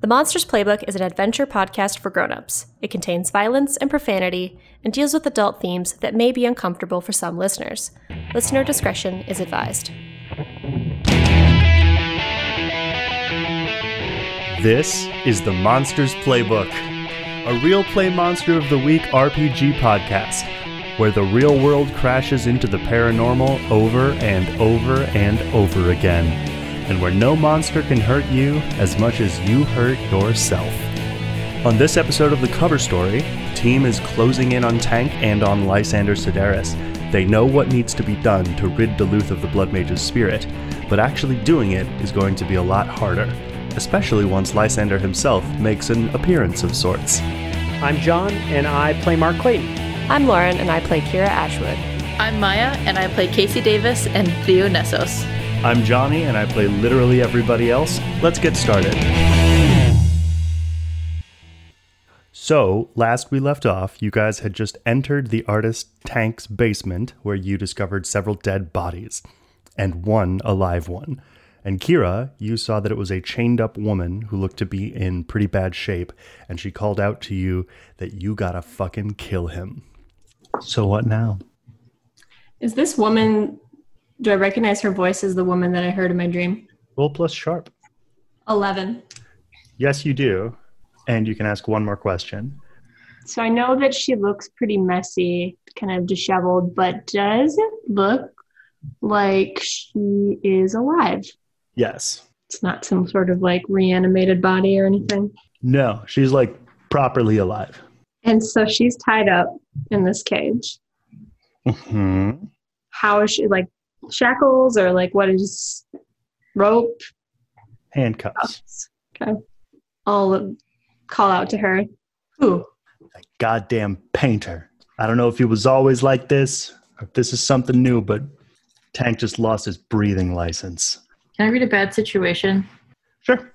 The Monsters Playbook is an adventure podcast for grown-ups. It contains violence and profanity and deals with adult themes that may be uncomfortable for some listeners. Listener discretion is advised. This is the Monsters Playbook, a real play monster of the week RPG podcast where the real world crashes into the paranormal over and over and over again, and where no monster can hurt you as much as you hurt yourself. On this episode of the cover story, the team is closing in on Tank and on Lysander Sedaris. They know what needs to be done to rid Duluth of the Blood Mage's spirit, but actually doing it is going to be a lot harder, especially once Lysander himself makes an appearance of sorts. I'm John, and I play Mark Clayton. I'm Lauren and I play Kira Ashwood. I'm Maya, and I play Casey Davis and Theo Nessos. I'm Johnny, and I play literally everybody else. Let's get started. So, last we left off, you guys had just entered the artist Tank's basement where you discovered several dead bodies and one alive one. And Kira, you saw that it was a chained up woman who looked to be in pretty bad shape, and she called out to you that you gotta fucking kill him. So, what now? Is this woman? Do I recognize her voice as the woman that I heard in my dream? Roll plus sharp. Eleven. Yes, you do. And you can ask one more question. So I know that she looks pretty messy, kind of disheveled, but does it look like she is alive? Yes. It's not some sort of like reanimated body or anything. No, she's like properly alive. And so she's tied up in this cage. hmm How is she like shackles or like what is rope? Handcuffs. Okay. I'll call out to her. Who? That goddamn painter. I don't know if he was always like this or if this is something new, but Tank just lost his breathing license. Can I read a bad situation? Sure.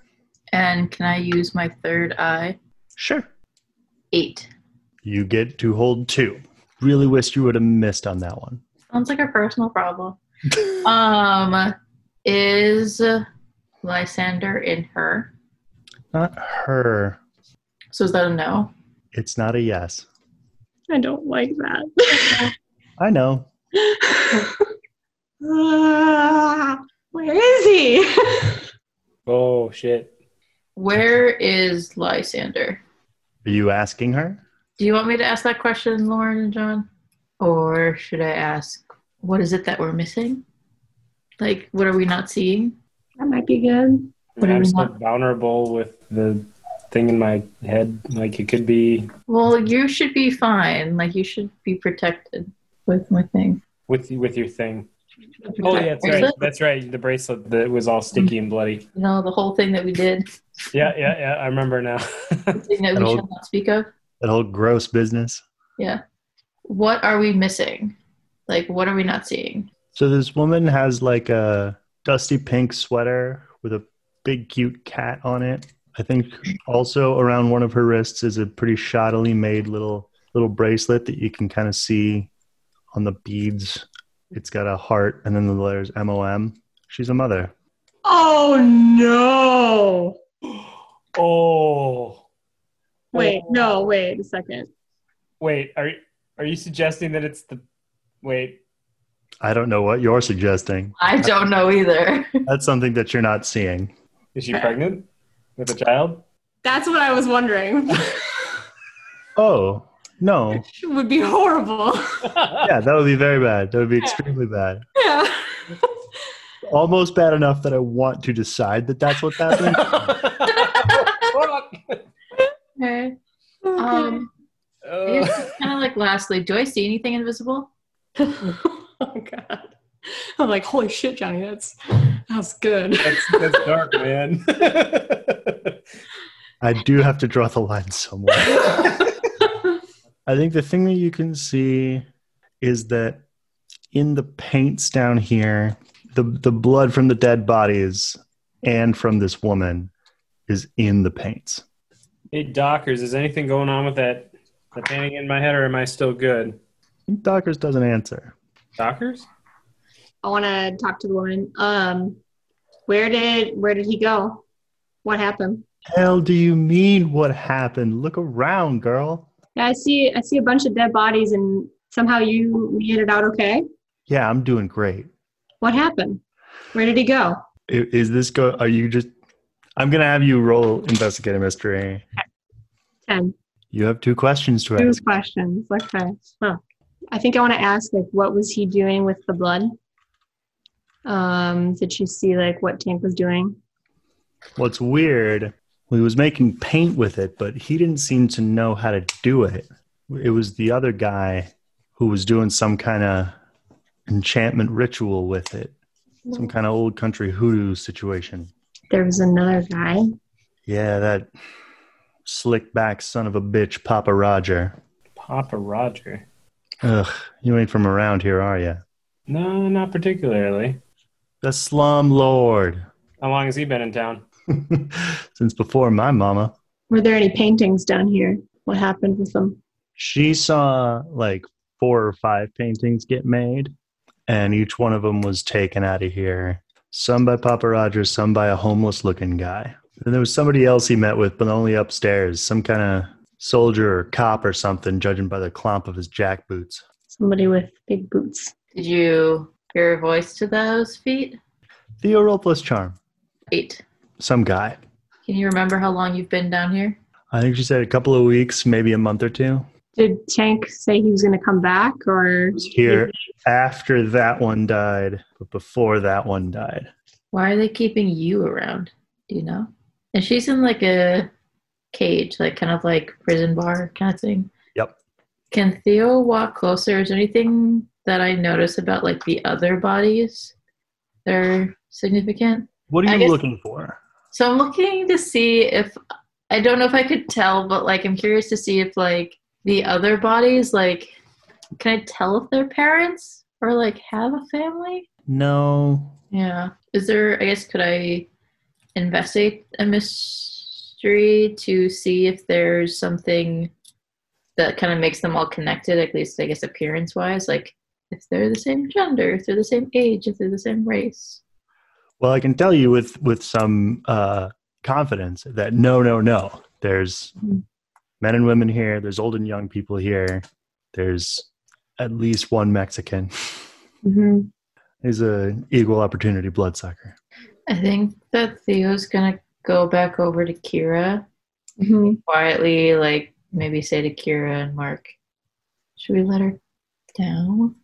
And can I use my third eye? Sure. Eight. You get to hold two. Really wish you would have missed on that one. Sounds like a personal problem. um, is Lysander in her? Not her. So is that a no? It's not a yes. I don't like that. I know. Ah, where is he? Oh shit! Where is Lysander? Are you asking her? Do you want me to ask that question, Lauren and John? Or should I ask, what is it that we're missing? Like, what are we not seeing? that might be good. What do I'm you so want? vulnerable with the thing in my head. Like it could be Well, you should be fine. Like, you should be protected with my thing. with with your thing. Oh yeah, that's Bracelet? right. That's right. The bracelet that was all sticky and bloody. You know, the whole thing that we did, Yeah, yeah, yeah. I remember now. the thing that That we whole- shall not speak of. That whole gross business. Yeah. What are we missing? Like, what are we not seeing? So this woman has like a dusty pink sweater with a big cute cat on it. I think also around one of her wrists is a pretty shoddily made little little bracelet that you can kind of see on the beads. It's got a heart and then the letters M O M. She's a mother. Oh no! oh. Wait, Oh. no, wait a second. Wait, are are you suggesting that it's the? Wait. I don't know what you're suggesting. I don't know either. That's something that you're not seeing. Is she pregnant with a child? That's what I was wondering. Oh, no. would be horrible. Yeah, that would be very bad. That would be extremely bad. yeah. Almost bad enough that I want to decide that that's what's happening. Fuck. Okay. Um, Uh, kind of like lastly, do I see anything invisible? oh god. I'm like, holy shit, Johnny, that's that's good. that's, that's dark, man. I do have to draw the line somewhere. I think the thing that you can see is that in the paints down here, the the blood from the dead bodies and from this woman is in the paints. hey, Dockers, is anything going on with that? The painting in my head, or am I still good? Dockers doesn't answer. Dockers? I wanna talk to the woman. Um where did where did he go? What happened? hell do you mean what happened? Look around, girl. Yeah, I see. I see a bunch of dead bodies, and somehow you made it out okay. Yeah, I'm doing great. What happened? Where did he go? I- Is this go? Are you just? I'm gonna have you roll investigate a mystery. Ten. You have two questions to Two ask. questions. Okay. Huh. I think I want to ask, like, what was he doing with the blood? Um, did you see like what Tank was doing? What's weird? He was making paint with it, but he didn't seem to know how to do it. It was the other guy who was doing some kind of enchantment ritual with it, some kind of old country hoodoo situation. There was another guy. Yeah, that slick back son of a bitch, Papa Roger. Papa Roger. Ugh, you ain't from around here, are you? No, not particularly. The slum lord. How long has he been in town? Since before my mama. Were there any paintings down here? What happened with them? she saw like four or five paintings get made, and each one of them was taken out of here. Some by Papa Rogers, some by a homeless looking guy. And there was somebody else he met with, but only upstairs, some kind of soldier or cop or something, judging by the clomp of his jack boots. Somebody with big boots. Did you hear a voice to those feet? Theo roll plus charm. Eight. Some guy. Can you remember how long you've been down here? I think she said a couple of weeks, maybe a month or two. Did Tank say he was going to come back, or Here after that one died, but before that one died. Why are they keeping you around? Do you know? And she's in like a cage, like kind of like prison bar kind of thing. Yep. Can Theo walk closer? Is there anything that I notice about like the other bodies that are significant? What are I you guess- looking for? So I'm looking to see if I don't know if I could tell, but like I'm curious to see if like the other bodies like can I tell if they're parents or like have a family? No, Yeah. Is there, I guess, could I investigate a mystery to see if there's something that kind of makes them all connected, at least, I guess, appearance wise? Like, if they're the same gender, if they're the same age, if they're the same race. Well, I can tell you with with some uh, confidence that no, no, no. There's Mhm. men and women here. There's old and young people here. There's at least one Mexican. Mhm. He's an equal opportunity bloodsucker. I think that Theo's going to go back over to Kira Mhm. quietly, like, maybe say to Kira and Mark, should we let her down?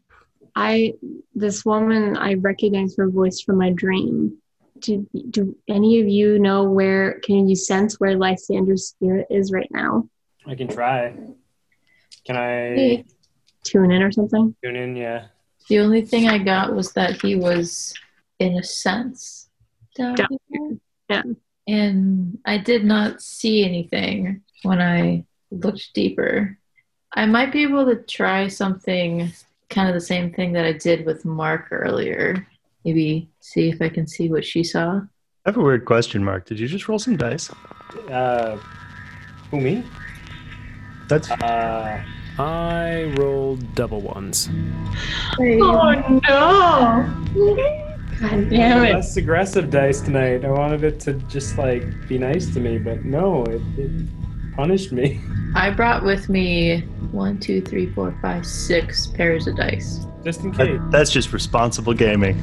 I this woman I recognize her voice from my dream. Do, do any of you know where can you sense where Lysander's spirit is right now? I can try. Can I Hey. Tune in or something? tune in? Yeah. The only thing I got was that he was, in a sense, down Down here. Yeah. And I did not see anything when I looked deeper. I might be able to try something kind of the same thing that I did with Mark earlier. Maybe see if I can see what she saw. I have a weird question, Mark. Did you just roll some dice? Uh, who me? That's Uh, I rolled double ones. God damn it! Less aggressive dice tonight. I wanted it to just like be nice to me, but no, it, it punished me. I brought with me one, two, three, four, five, six pairs of dice. Just in case. that, that's just responsible gaming.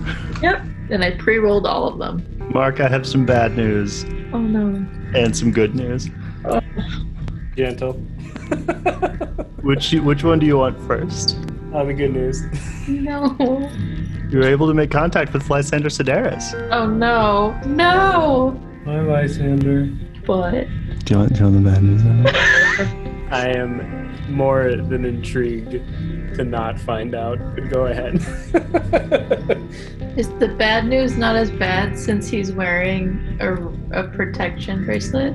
And I pre rolled all of them. Mark, I have some bad news Oh no. and some good news. Gentle. Which you- which one do you want first? All the good news. No. You were able to make contact with Lysander Sedaris. Oh no. No. Hi, Lysander. But Do you want, do you want the bad news? I am more than intrigued to not find out. Go ahead. is the bad news not as bad since he's wearing a, a protection bracelet?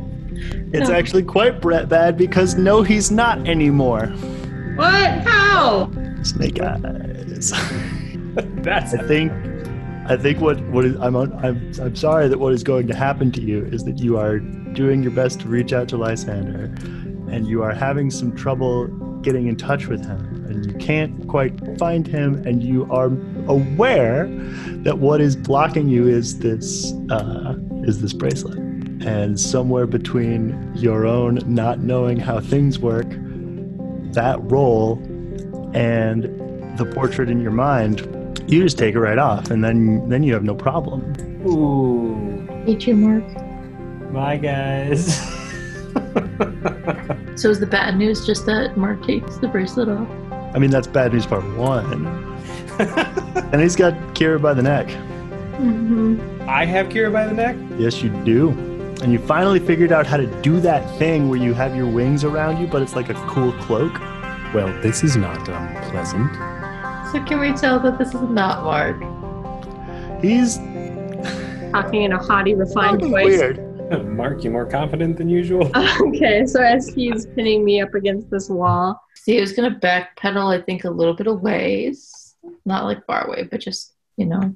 It's No. actually quite bre- bad because no, he's not anymore. What? How? Snake eyes. That's I think, I think what what is I'm on, I'm I'm sorry that what is going to happen to you is that you are doing your best to reach out to Lysander, and you are having some trouble getting in touch with him, and you can't quite find him, and you are aware that what is blocking you is this uh, is this bracelet, And somewhere between your own not knowing how things work, that role, and the portrait in your mind, you just take it right off, and then then you have no problem. Ooh, Nature mark. my guys. So is the bad news just that Mark takes the bracelet off? I mean, that's bad news part one. and he's got Kira by the neck. hmm I have Kira by the neck. Yes, you do. And you finally figured out how to do that thing where you have your wings around you, but it's like a cool cloak. Well, this is not um, unpleasant. So can we tell that this is not Mark? He's Talking in a haughty, refined voice. weird. Mark, you more confident than usual. Okay, so as he's pinning me up against this wall, See, he was gonna backpedal, I think, a little bit of ways. Not like far away, but just you know.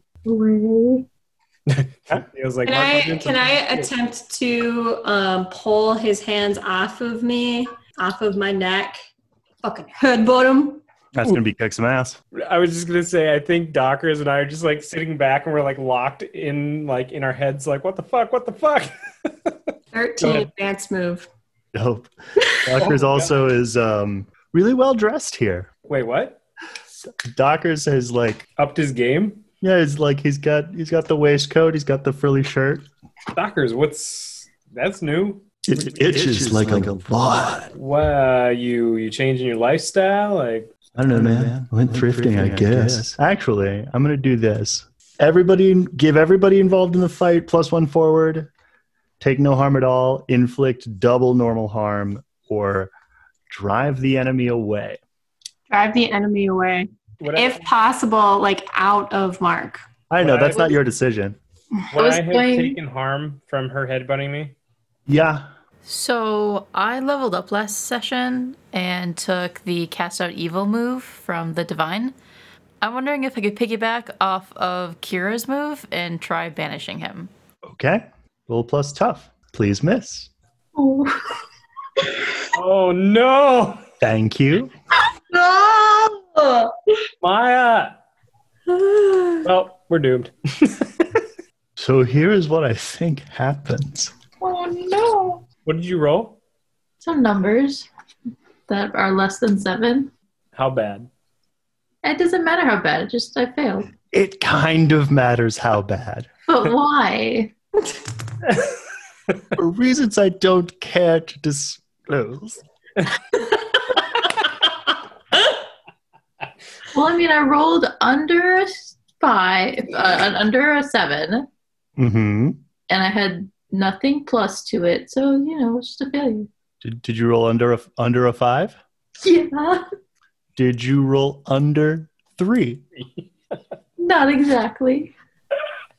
Feels like Can Mark I Huggins- can I attempt to um, pull his hands off of me, off of my neck? Fucking headbutt him. That's gonna be kick some ass. I was just gonna say, I think Dockers and I are just like sitting back and we're like locked in, like in our heads, like what the fuck, what the fuck. Thirteen ahead. advance move. Dope. Dockers Oh, also is um, really well dressed here. Wait, what? Dockers is like, Upped his game. yeah, it's like he's got he's got the waistcoat, he's got the frilly shirt. Dockers, what's that's new? It, itches like, a lot. Wow, you you changing your lifestyle? Like I don't know, man. Went, thrifting, I, guess. Actually, I'm gonna do this. Everybody, give everybody involved in the fight plus one forward. Take no harm at all. Inflict double normal harm, or drive the enemy away. drive the enemy away. what If possible, like out of mark. I know Right. that's not your decision. I, would I I was have going- taken harm from her headbutting me? Yeah, So I leveled up last session and took the cast out evil move from the divine. I'm wondering if I could piggyback off of Kira's move and try banishing him. okay. Roll plus tough. Please miss. Oh no, Thank you. No! Maya. well, we're doomed. So here is what I think happens. Oh no! What did you roll? Some numbers that are less than seven. How bad? It doesn't matter how bad. It just I failed. It kind of matters how bad. But why? For reasons I don't care to disclose. Well, I mean, I rolled under a five, uh, an- under a seven, Mm-hmm. and I had nothing plus to it. So you know, it's just a failure. Did, did you roll under a under a five? Yeah, Did you roll under three? not exactly.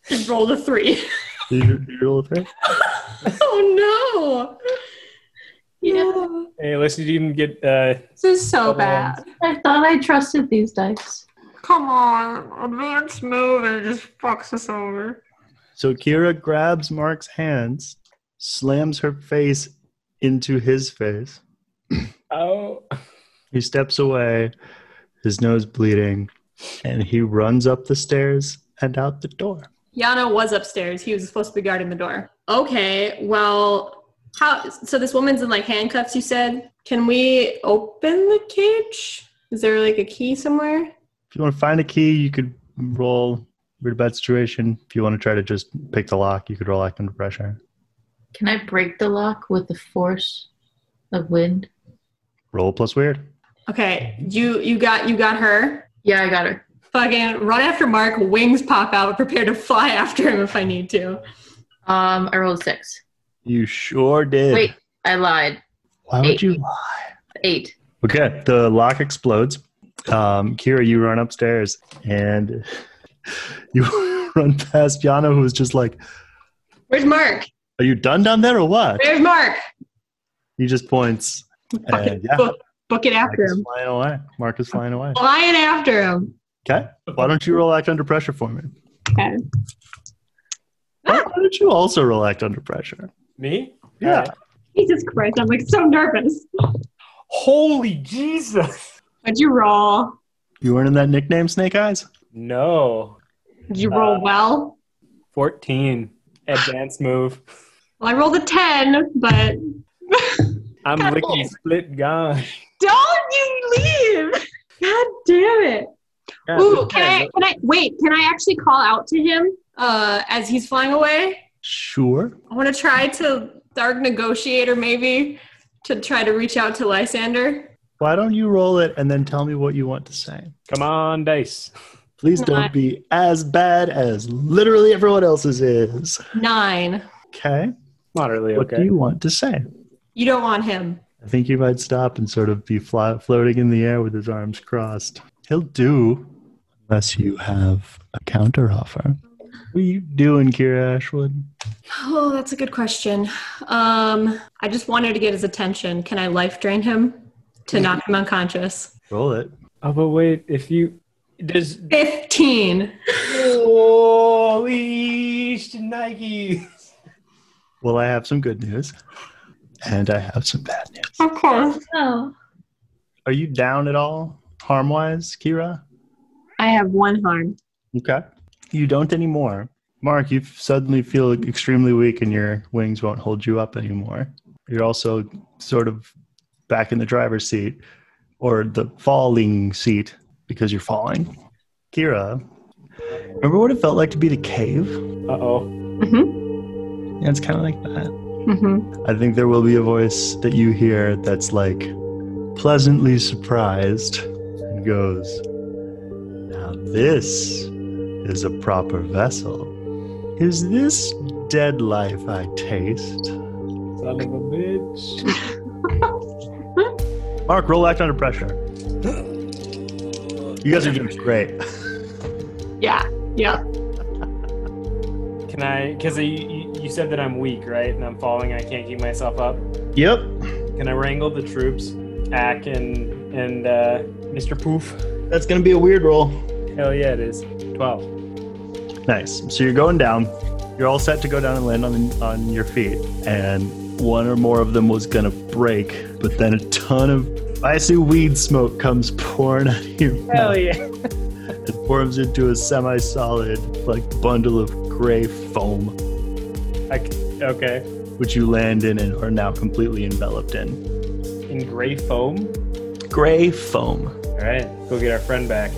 Just rolled a three. Did you, did you roll a three? oh no! Yeah, Hey, at least you didn't get uh This is so Double bad. I thought I trusted these dice. Come on, advance move and it just fucks us over. So Kira grabs Mark's hands, slams her face into his face. oh He steps away, his nose bleeding, and he runs up the stairs and out the door. Yano was upstairs. He was supposed to be guarding the door. Okay, well, how? So this woman's in like handcuffs. You said, can we open the cage? Is there like a key somewhere? If you want to find a key, you could roll read about situation. If you want to try to just pick the lock, you could roll act under pressure. Can I break the lock with the force of wind? Roll plus weird. Okay, you you got you got her. Yeah, I got her. Fucking run after Mark. Wings pop out. Prepare to fly after him if I need to. Um, I rolled a six. You sure did. Wait, I lied. Why would Eight. you lie? Eight. Okay, the lock explodes. Um, Kira, you run upstairs and you run past Yana, who's just like, Where's Mark? Are you done down there or what? Where's Mark? He just points. Fucking yeah. book, book it Mark after is him. flying away. Mark is flying away. Flying after him. Okay, why don't you roll act under pressure for me? Okay. Ah. Mark, why don't you also roll act under pressure? me? Yeah. Alright. Jesus Christ, I'm like so nervous. Holy Jesus. What'd you roll? You weren't in that nickname, Snake Eyes? No. Did you roll Uh, well? 14. Advanced move. Well, I rolled a 10, but I'm Got lickety it. split gone. don't you leave. God damn it. Yeah, Ooh, but can yeah, I, can I, wait, can I actually call out to him? Uh, as he's flying away, Sure. I want to try to Dark Negotiator maybe to try to reach out to Lysander. Why don't you roll it and then tell me what you want to say? Come on, dice. Please don't be as bad as literally everyone else's is. Nine. Okay. Moderately What do okay. you want to say? You don't want him. I think he might stop and sort of be fly- floating in the air with his arms crossed. He'll do, unless you have a counteroffer. What are you doing, Kira Ashwood? Oh, that's a good question. Um, I just wanted to get his attention. Can I life drain him to knock him unconscious? Roll it. Oh, but wait, if you does 15. holy Nike. Well, I have some good news, and I have some bad news. Of course. Oh. Are you down at all, harm wise, Kira? I have one harm. Okay. You don't anymore. Mark, you suddenly feel extremely weak and your wings won't hold you up anymore. You're also sort of back in the driver's seat or the falling seat because you're falling. Kira, remember what it felt like to be the cave? Uh oh. Yeah, it's kind of like that. Mm-hmm. I think there will be a voice that you hear that's like pleasantly surprised and goes, Now this is a proper vessel. Is this dead life I taste? Son of a bitch. Mark, roll act under pressure. You guys are doing great. Yeah. Yeah. Can I? Because you, you said that I'm weak, right? And I'm falling. I can't keep myself up. Yep. Can I wrangle the troops, Ack and and uh, Mr. Poof? That's going to be a weird roll. Hell yeah, it is. Twelve. Nice. So you're going down. You're all set to go down and land on, on your feet. And one or more of them was going to break, but then a ton of icy weed smoke comes pouring out of your mouth. Hell yeah. It forms into a semi solid, like, bundle of gray foam, I c okay. which you land in and are now completely enveloped in. In gray foam. Gray foam. All right. Go get our friend back.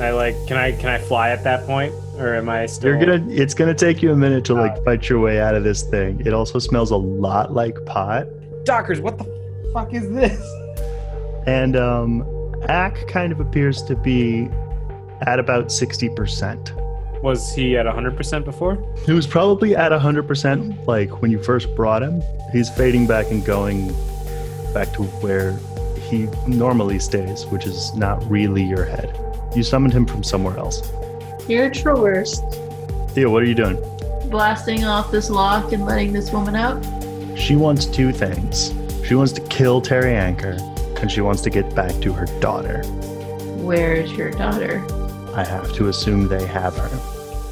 I like. Can I? Can I fly at that point, or am I still? You're gonna. It's gonna take you a minute to like fight your way out of this thing. It also smells a lot like pot. Dockers. What the fuck is this? And um, Ack kind of appears to be at about sixty percent. Was he at hundred percent before? He was probably at hundred percent like when you first brought him. He's fading back and going back to where he normally stays, which is not really your head. You summoned him from somewhere else. You're traversed. Theo, what are you doing? Blasting off this lock and letting this woman out. She wants two things. She wants to kill Terry Anchor, and she wants to get back to her daughter. Where's your daughter? I have to assume they have her.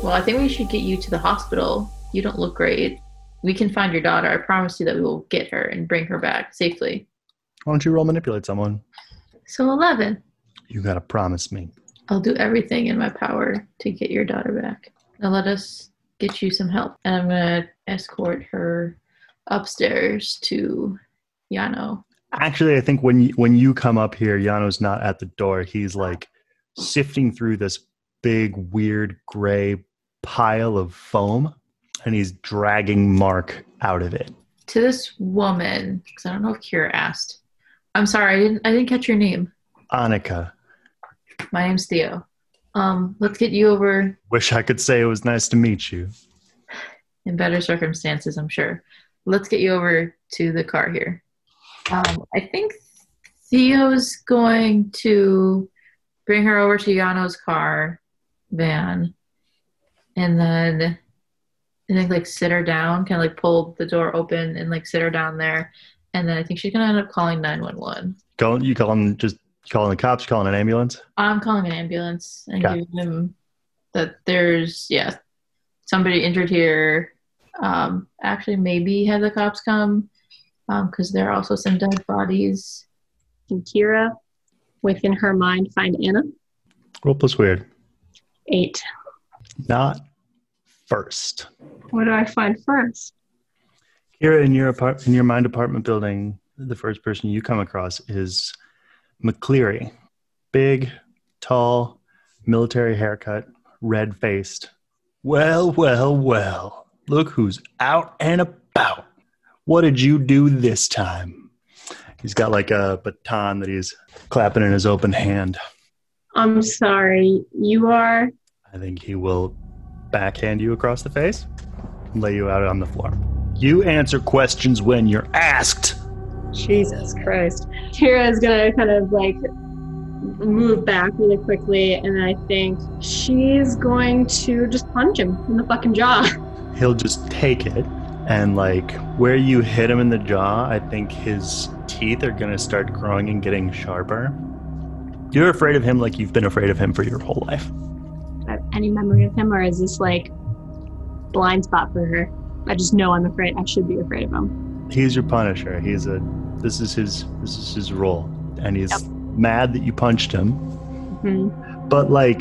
Well, I think we should get you to the hospital. You don't look great. We can find your daughter. I promise you that we will get her and bring her back safely. Why don't you roll manipulate someone? So, 11. You gotta promise me. I'll do everything in my power to get your daughter back. Now, let us get you some help. And I'm going to escort her upstairs to Yano. Actually, I think when you, when you come up here, Yano's not at the door. He's like sifting through this big, weird gray pile of foam, and he's dragging Mark out of it. To this woman, because I don't know if Kira asked. I'm sorry, I didn't, I didn't catch your name. Annika. My name's Theo. Um, let's get you over Wish I could say it was nice to meet you. in better circumstances, I'm sure. Let's get you over to the car here. Um, I think Theo's going to bring her over to Yano's car van, and then I think like sit her down, kind of like pull the door open and like sit her down there, and then I think she's gonna end up calling nine one one. Calling you calling just calling the cops, calling an ambulance. I'm calling an ambulance and Got giving them that there's yeah somebody injured here. Um, actually, maybe have the cops come because there are also some dead bodies. Can Kira, within her mind, find Anna? Roll plus weird. Eight. Not first. What do I find first? Here in your apart- in your mind apartment building, the first person you come across is McCleary. Big, tall, military haircut, red faced. Well, well, well. Look who's out and about. What did you do this time? He's got like a baton that he's clapping in his open hand. I'm sorry. You are. I think he will backhand you across the face, and lay you out on the floor. You answer questions when you're asked. Jesus Christ. Tira is gonna kind of like move back really quickly, and I think she's going to just punch him in the fucking jaw. He'll just take it, and like where you hit him in the jaw, I think his teeth are gonna start growing and getting sharper. You're afraid of him like you've been afraid of him for your whole life. Do I have any memory of him, or is this like blind spot for her? I just know I'm afraid. I should be afraid of him. he's your punisher he's a this is his this is his role and he's mad that you punched him hmm but like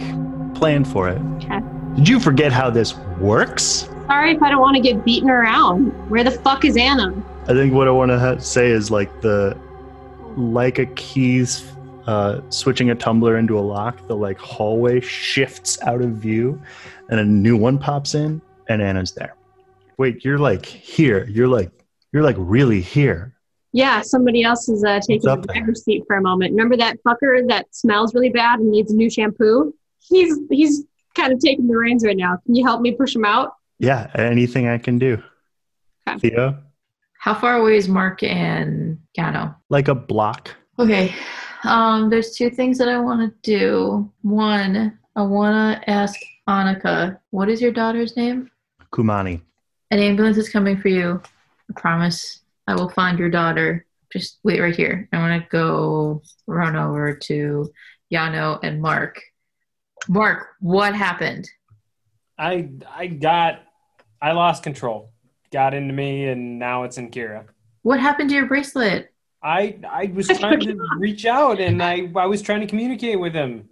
plan for it Okay. did you forget how this works Sorry if I don't want to get beaten around. Where the fuck is Anna? i think what i want to ha- say is like the like a keys uh, switching a tumbler into a lock the like hallway shifts out of view and a new one pops in and anna's there wait you're like here you're like you're like really here Yeah, somebody else is uh, taking the up there? driver's seat for a moment. Remember that fucker that smells really bad and needs new shampoo? He's he's kind of taking the reins right now. Can you help me push him out? yeah anything i can do Okay. theo How far away is Mark and Gano? like a block. Okay. Um, there's two things that I want to do. One, I want to ask Annika, what is your daughter's name? Kumani. An ambulance is coming for you. I promise I will find your daughter. Just wait right here. I want to go run over to Yano and Mark. Mark, what happened? I I got I lost control. Got into me and now it's in Kira. What happened to your bracelet? I I was I trying to forgot. reach out and I I was trying to communicate with him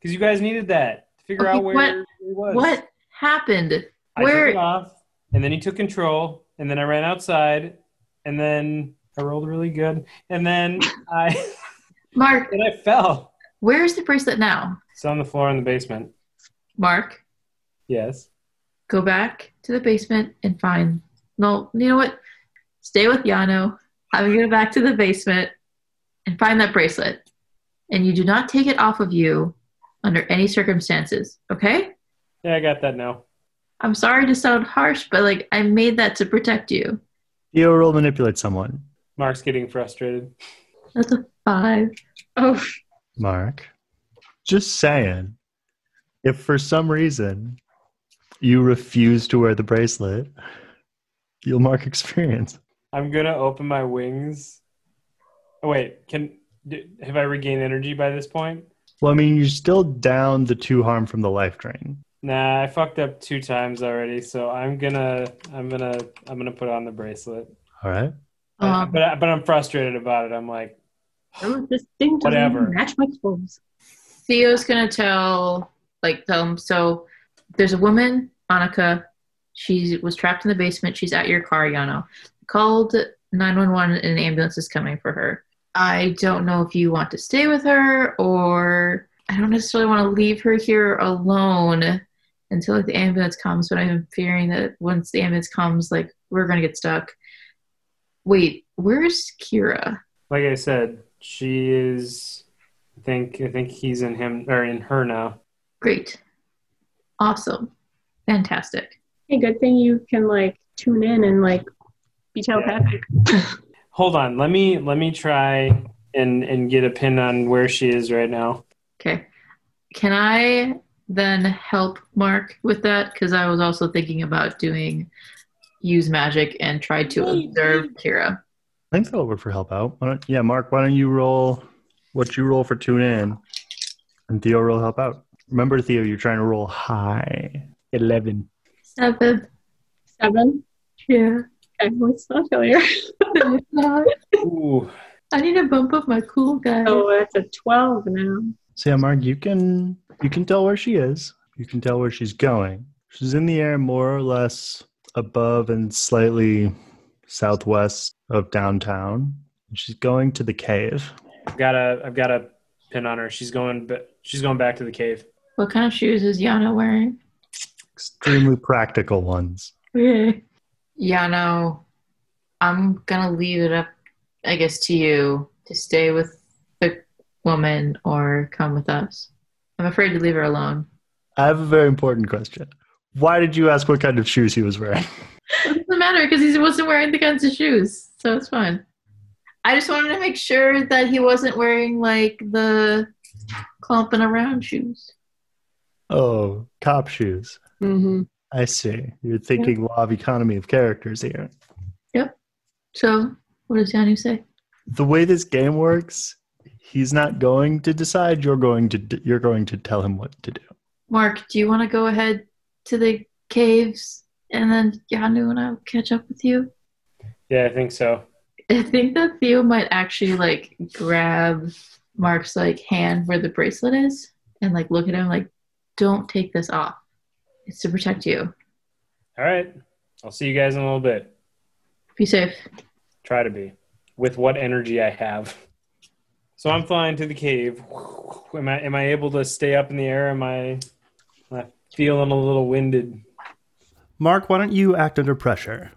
because you guys needed that to figure Okay, out where what- he was. What happened? I took where- it off and then he took control and then I ran outside and then I rolled really good and then I Mark, and I fell. where is the bracelet now? It's on the floor in the basement. Mark, Yes. go back to the basement and find. No, you know what? Stay with Yano. I'm going to go back to the basement and find that bracelet. And you do not take it off of you under any circumstances, okay? Yeah, I got that now. I'm sorry to sound harsh, but like I made that to protect you. Theo roll manipulate someone. Mark's getting frustrated. That's a five. Oh, Mark. Just saying. If for some reason you refuse to wear the bracelet, you'll mark experience. I'm gonna open my wings. Oh, wait, can d- have I regained energy by this point? Well, I mean, you're still down the two harm from the life drain. Nah, I fucked up two times already, so I'm gonna, I'm gonna, I'm gonna put on the bracelet. All right. I- Um, but I, but I'm frustrated about it. I'm like, oh, this thing doesn't Whatever. even match my clothes. Theo's gonna tell like tell him so there's a woman, Annika, she was trapped in the basement, she's at your car, Yano. Called nine one one and an ambulance is coming for her. I don't know if you want to stay with her or I don't necessarily want to leave her here alone until like the ambulance comes, but I'm fearing that once the ambulance comes, like we're gonna get stuck. Wait, where's Kira? like I said, she is. I think, I think he's in him or in her now. Great. Awesome. Fantastic. Hey, good thing you can like tune in and like be telepathic. Hold on, let me, let me try and and get a pin on where she is right now. Okay. Can I then help Mark with that? Because I was also thinking about doing use magic and try to observe Kira. I think that'll work for help out. Why don't, yeah, Mark, why don't you roll what you roll for tune in and Theo roll help out? Remember, Theo, you're trying to roll high. 11. Seven. Seven. Yeah. Okay, well, it's not a failure. Ooh, I need a bump of my cool guy. So that's a twelve now. So yeah, Mark, you can you can tell where she is. You can tell where she's going. She's in the air more or less above and slightly southwest of downtown. She's going to the cave. I've got a I've got a pin on her. She's going but she's going back to the cave. What kind of shoes is Yano wearing? Extremely practical ones. Okay. Yano, I'm gonna leave it up, I guess, to you to stay with the woman or come with us. I'm afraid to leave her alone. I have a very important question. Why did you ask what kind of shoes he was wearing? It doesn't matter because he wasn't wearing the kinds of shoes, so it's fine. I just wanted to make sure that he wasn't wearing like the clumping around shoes. Oh, cop shoes. Mm-hmm. I see. You're thinking law of economy of characters here. So, what does Yanu say? The way this game works, he's not going to decide. You're going to d- you're going to tell him what to do. Mark, do you want to go ahead to the caves and then Yanu and I will catch up with you? Yeah, I think so. I think that Theo might actually like grab Mark's like hand where the bracelet is and like look at him like, don't take this off. It's to protect you. All right. I'll see you guys in a little bit. Be safe. Try to be. With what energy I have. So I'm flying to the cave. Am I am I able to stay up in the air? Am I, am I feeling a little winded? Mark, why don't you act under pressure?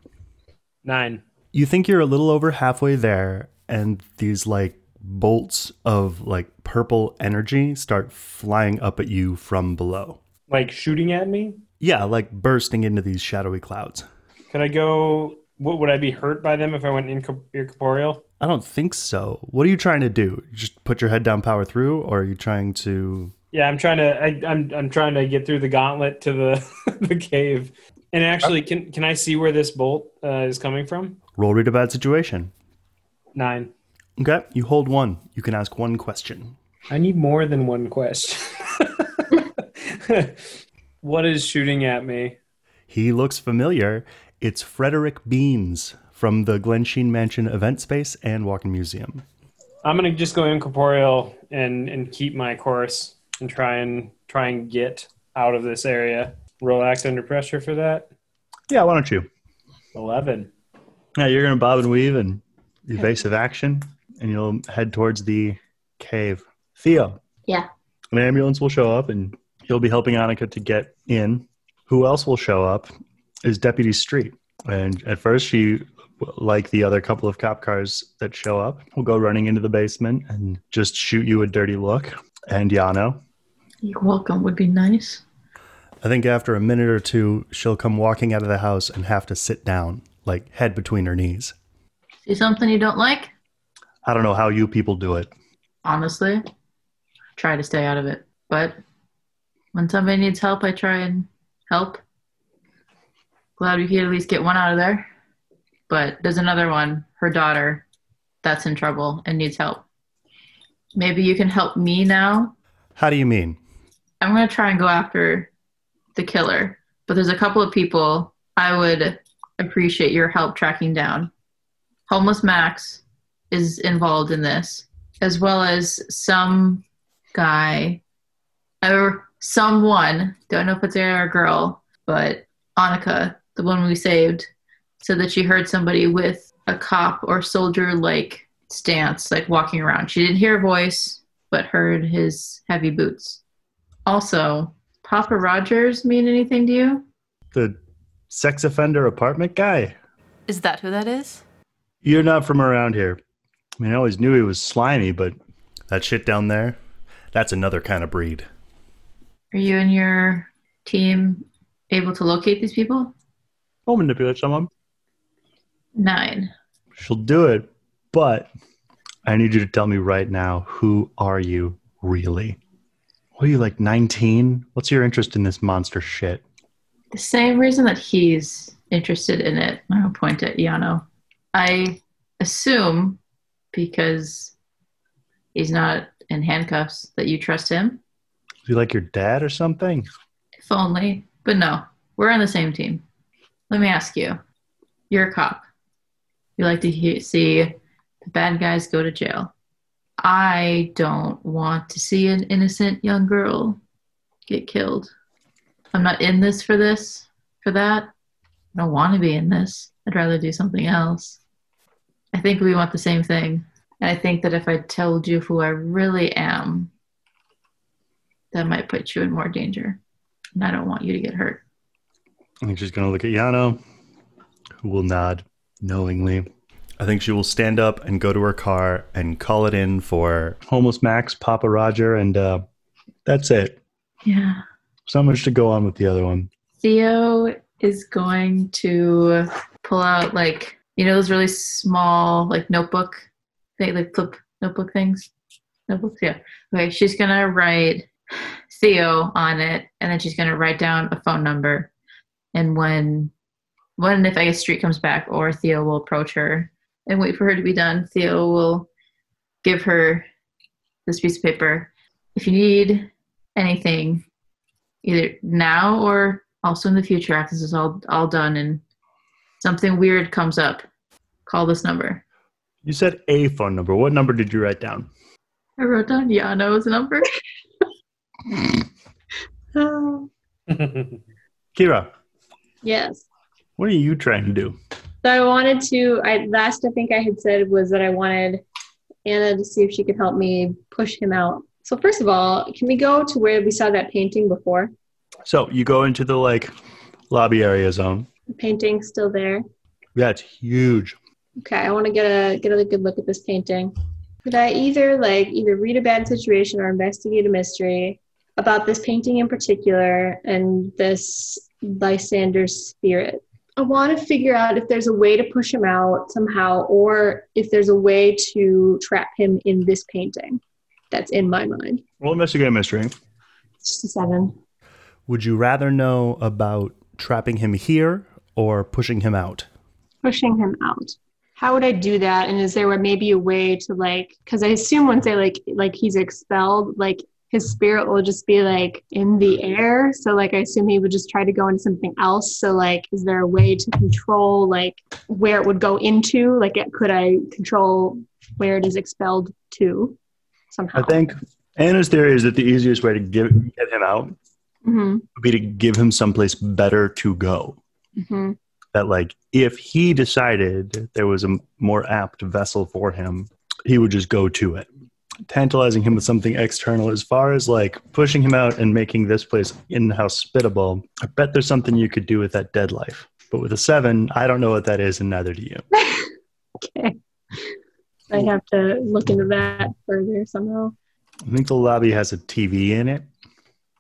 Nine. You think you're a little over halfway there, and these like bolts of like purple energy start flying up at you from below. Like shooting at me? Yeah, like bursting into these shadowy clouds. Could I go what would I be hurt by them if I went incorp- incorporeal? I don't think so. What are you trying to do? Just put your head down, power through, or are you trying to? Yeah, I'm trying to I, I'm I'm trying to get through the gauntlet to the the cave. And actually, can can I see where this bolt uh, is coming from? Roll read a bad situation. Nine. Okay, you hold one. You can ask one question. I need more than one question. what is shooting at me? He looks familiar. It's Frederick Beans from the Glensheen Mansion Event Space and Walking Museum. I'm gonna just go incorporeal and and keep my course and try and try and get out of this area. Relax under pressure for that. Yeah, why don't you? Eleven. Yeah, you're gonna bob and weave and evasive action, and you'll head towards the cave. Theo, Yeah. an ambulance will show up, and you'll be helping Annika to get in. Who else will show up is Deputy Street, and at first she, like the other couple of cop cars that show up, will go running into the basement and just shoot you a dirty look. And Yano, You're welcome would be nice. I think after a minute or two, she'll come walking out of the house and have to sit down, like head between her knees. See something you don't like? I don't know how you people do it. Honestly, I try to stay out of it. But when somebody needs help, I try and help. Glad we could at least get one out of there. But there's another one, her daughter, that's in trouble and needs help. Maybe you can help me now How do you mean? I'm gonna try and go after the killer, but there's a couple of people I would appreciate your help tracking down. Homeless Max is involved in this, as well as some guy or someone. Don't know if it's a guy or a girl, but Annika, the one we saved, said that she heard somebody with a cop or soldier like stance, like walking around. She didn't hear a voice, but heard his heavy boots. Also, Papa Rogers mean anything to you? The sex offender apartment guy. Is that who that is? You're not from around here. I mean, I always knew he was slimy, but That shit down there? That's another kind of breed. Are you and your team able to locate these people? I'll manipulate someone. Nine. She'll do it, but I need you to tell me right now who are you really? What are you like, 19? What's your interest in this monster shit? The same reason that he's interested in it. I'll point at Yano. I assume because he's not in handcuffs that you trust him. Is he like your dad or something? If only. But no, we're on the same team. Let me ask you. You're a cop. You like to he- see the bad guys go to jail. I don't want to see an innocent young girl get killed. I'm not in this for this, for that. I don't want to be in this. I'd rather do something else. I think we want the same thing. And I think that if I told you who I really am, that might put you in more danger. And I don't want you to get hurt. I think she's going to look at Yano, who will nod knowingly. I think she will stand up and go to her car and call it in for. Homeless Max, Papa Roger, and uh, that's it. Yeah. There's not much to go on with the other one. Theo is going to pull out like you know those really small like notebook thing like flip notebook things. Notebooks, yeah. Okay, she's gonna write Theo on it and then she's gonna write down a phone number. And when when and if I guess Street comes back or Theo will approach her and wait for her to be done, Theo will give her this piece of paper. If you need anything, either now or also in the future after this is all all done and something weird comes up, call this number. You said a phone number. What number did you write down? I wrote down Yano's number. Oh, Kira, yes. what are you trying to do? So I wanted to. I last I think I had said was that I wanted Anna to see if she could help me push him out. So first of all, can we go to where we saw that painting before? So you go into the like lobby area zone. The painting's still there. Yeah, it's huge. Okay, I want to get a get a good look at this painting. Could I either like either read a bad situation or investigate a mystery about this painting in particular and this Lysander's spirit? I want to figure out if there's a way to push him out somehow, or if there's a way to trap him in this painting. That's in my mind. We'll investigate a mystery. It's just a seven. Would you rather know about trapping him here or pushing him out? pushing him out how would i do that and is there a- maybe a way to like because i assume once they like like he's expelled like his spirit will just be like in the air so like i assume he would just try to go into something else so like is there a way to control like where it would go into like it, could i control where it is expelled to somehow I think Anna's theory is that the easiest way to give, get him out hmm would be to give him someplace better to go. hmm That, like, if he decided there was a more apt vessel for him, he would just go to it. Tantalizing him with something external, as far as like pushing him out and making this place inhospitable, I bet there's something you could do with that dead life. But with a seven, I don't know what that is, and neither do you. okay i'd have to look into that further somehow I think the lobby has a TV in it,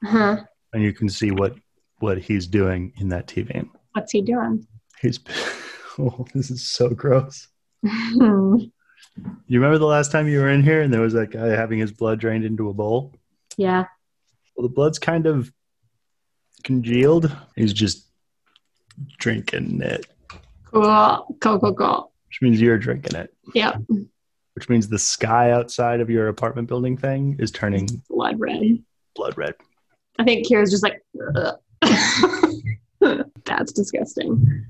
huh and you can see what what he's doing in that TV. what's he doing He's oh, this is so gross. You remember the last time you were in here and there was that guy having his blood drained into a bowl? yeah Well, the blood's kind of congealed. He's just drinking it, Cool, cool, cool, cool. which means you're drinking it. Yep. Which means the sky outside of your apartment building thing is turning Blood red. blood red. I think Kira's just like, "Ugh." that's disgusting.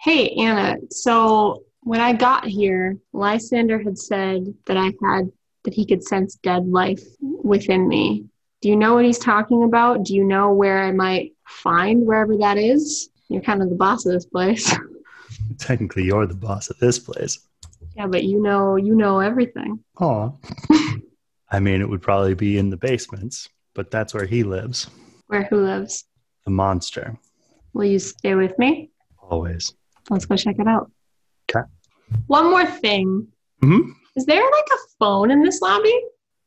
Hey, Anna. So when I got here, Lysander had said that I had that he could sense dead life within me. Do you know what he's talking about? Do you know where I might find wherever that is? You're kind of the boss of this place. Technically, you're the boss of this place. yeah, but you know, you know everything. Aw. I mean, it would probably be in the basements, but that's where he lives. Where who lives? The monster. Will you stay with me? Always. Let's go check it out. 'Kay. One more thing. Hmm? Is there like a phone in this lobby?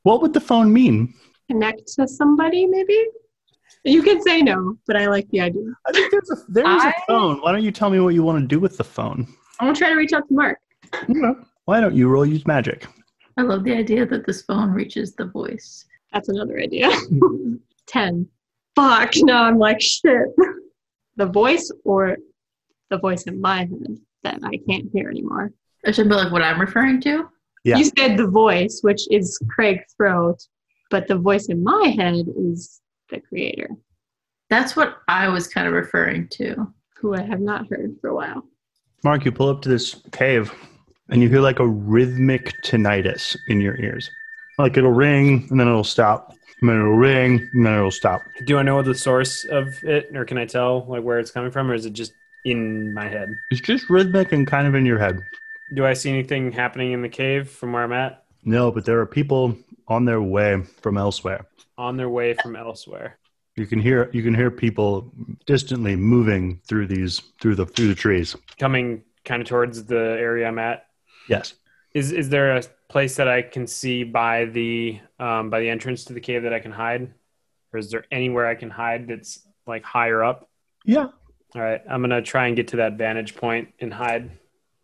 What would the phone mean? Connect to somebody, maybe? You can say no, but I like the idea. I think there's a, there is a I- phone. Why don't you tell me what you want to do with the phone? I'm gonna try to reach out to Mark. Why don't you roll use magic? I love the idea that this phone reaches the voice. That's another idea. 10. Fuck, no, I'm like, shit. The voice or the voice in my head that I can't hear anymore. It should be like what I'm referring to. Yeah. You said the voice, which is Craig's throat, but the voice in my head is the creator, That's what I was kind of referring to. who I have not heard for a while. Mark, you pull up to this cave and you hear like a rhythmic tinnitus in your ears. Like it'll ring and then it'll stop. And then it'll ring and then it'll stop. Do I know the source of it, or can I tell like where it's coming from, or is it just in my head. It's just rhythmic and kind of in your head. Do I see anything happening in the cave from where I'm at? No, but there are people on their way from elsewhere. On their way from elsewhere. You can hear you can hear people distantly moving through these through the through the trees. Coming kind of towards the area I'm at. Yes. Is is there a place that I can see by the um, by the entrance to the cave that I can hide? Or is there anywhere I can hide that's like higher up? Yeah. All right, I'm gonna try and get to that vantage point and hide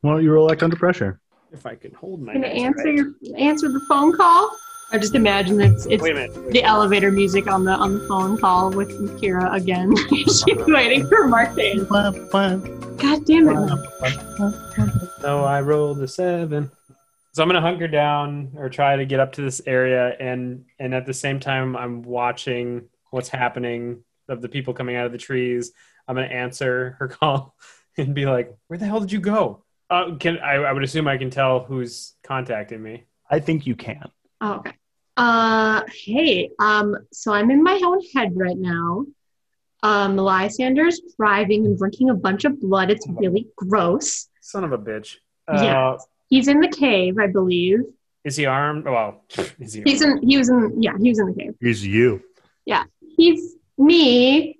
Well, you roll like under pressure. if I can hold my. Can I nose answer right. your answer the phone call? I just imagine it's it's Wait a minute. the elevator music on the on the phone call with Kira again. She's waiting for Mark to answer. God damn it! Mark. No, I rolled a seven. So I'm gonna hunker down or try to get up to this area, and and at the same time, I'm watching what's happening of the people coming out of the trees. I'm gonna answer her call and be like, "Where the hell did you go?" Uh, can I, I would assume I can tell who's contacting me. I think you can. Oh, okay. Uh, hey. Um, so I'm in my own head right now. Um, Lysander's driving and drinking a bunch of blood. It's really gross. Son of a bitch. Uh, Yeah. He's in the cave, I believe. Is he armed? Well, is he? Armed? He's in. He was in. Yeah, he was in the cave. Is you. He's me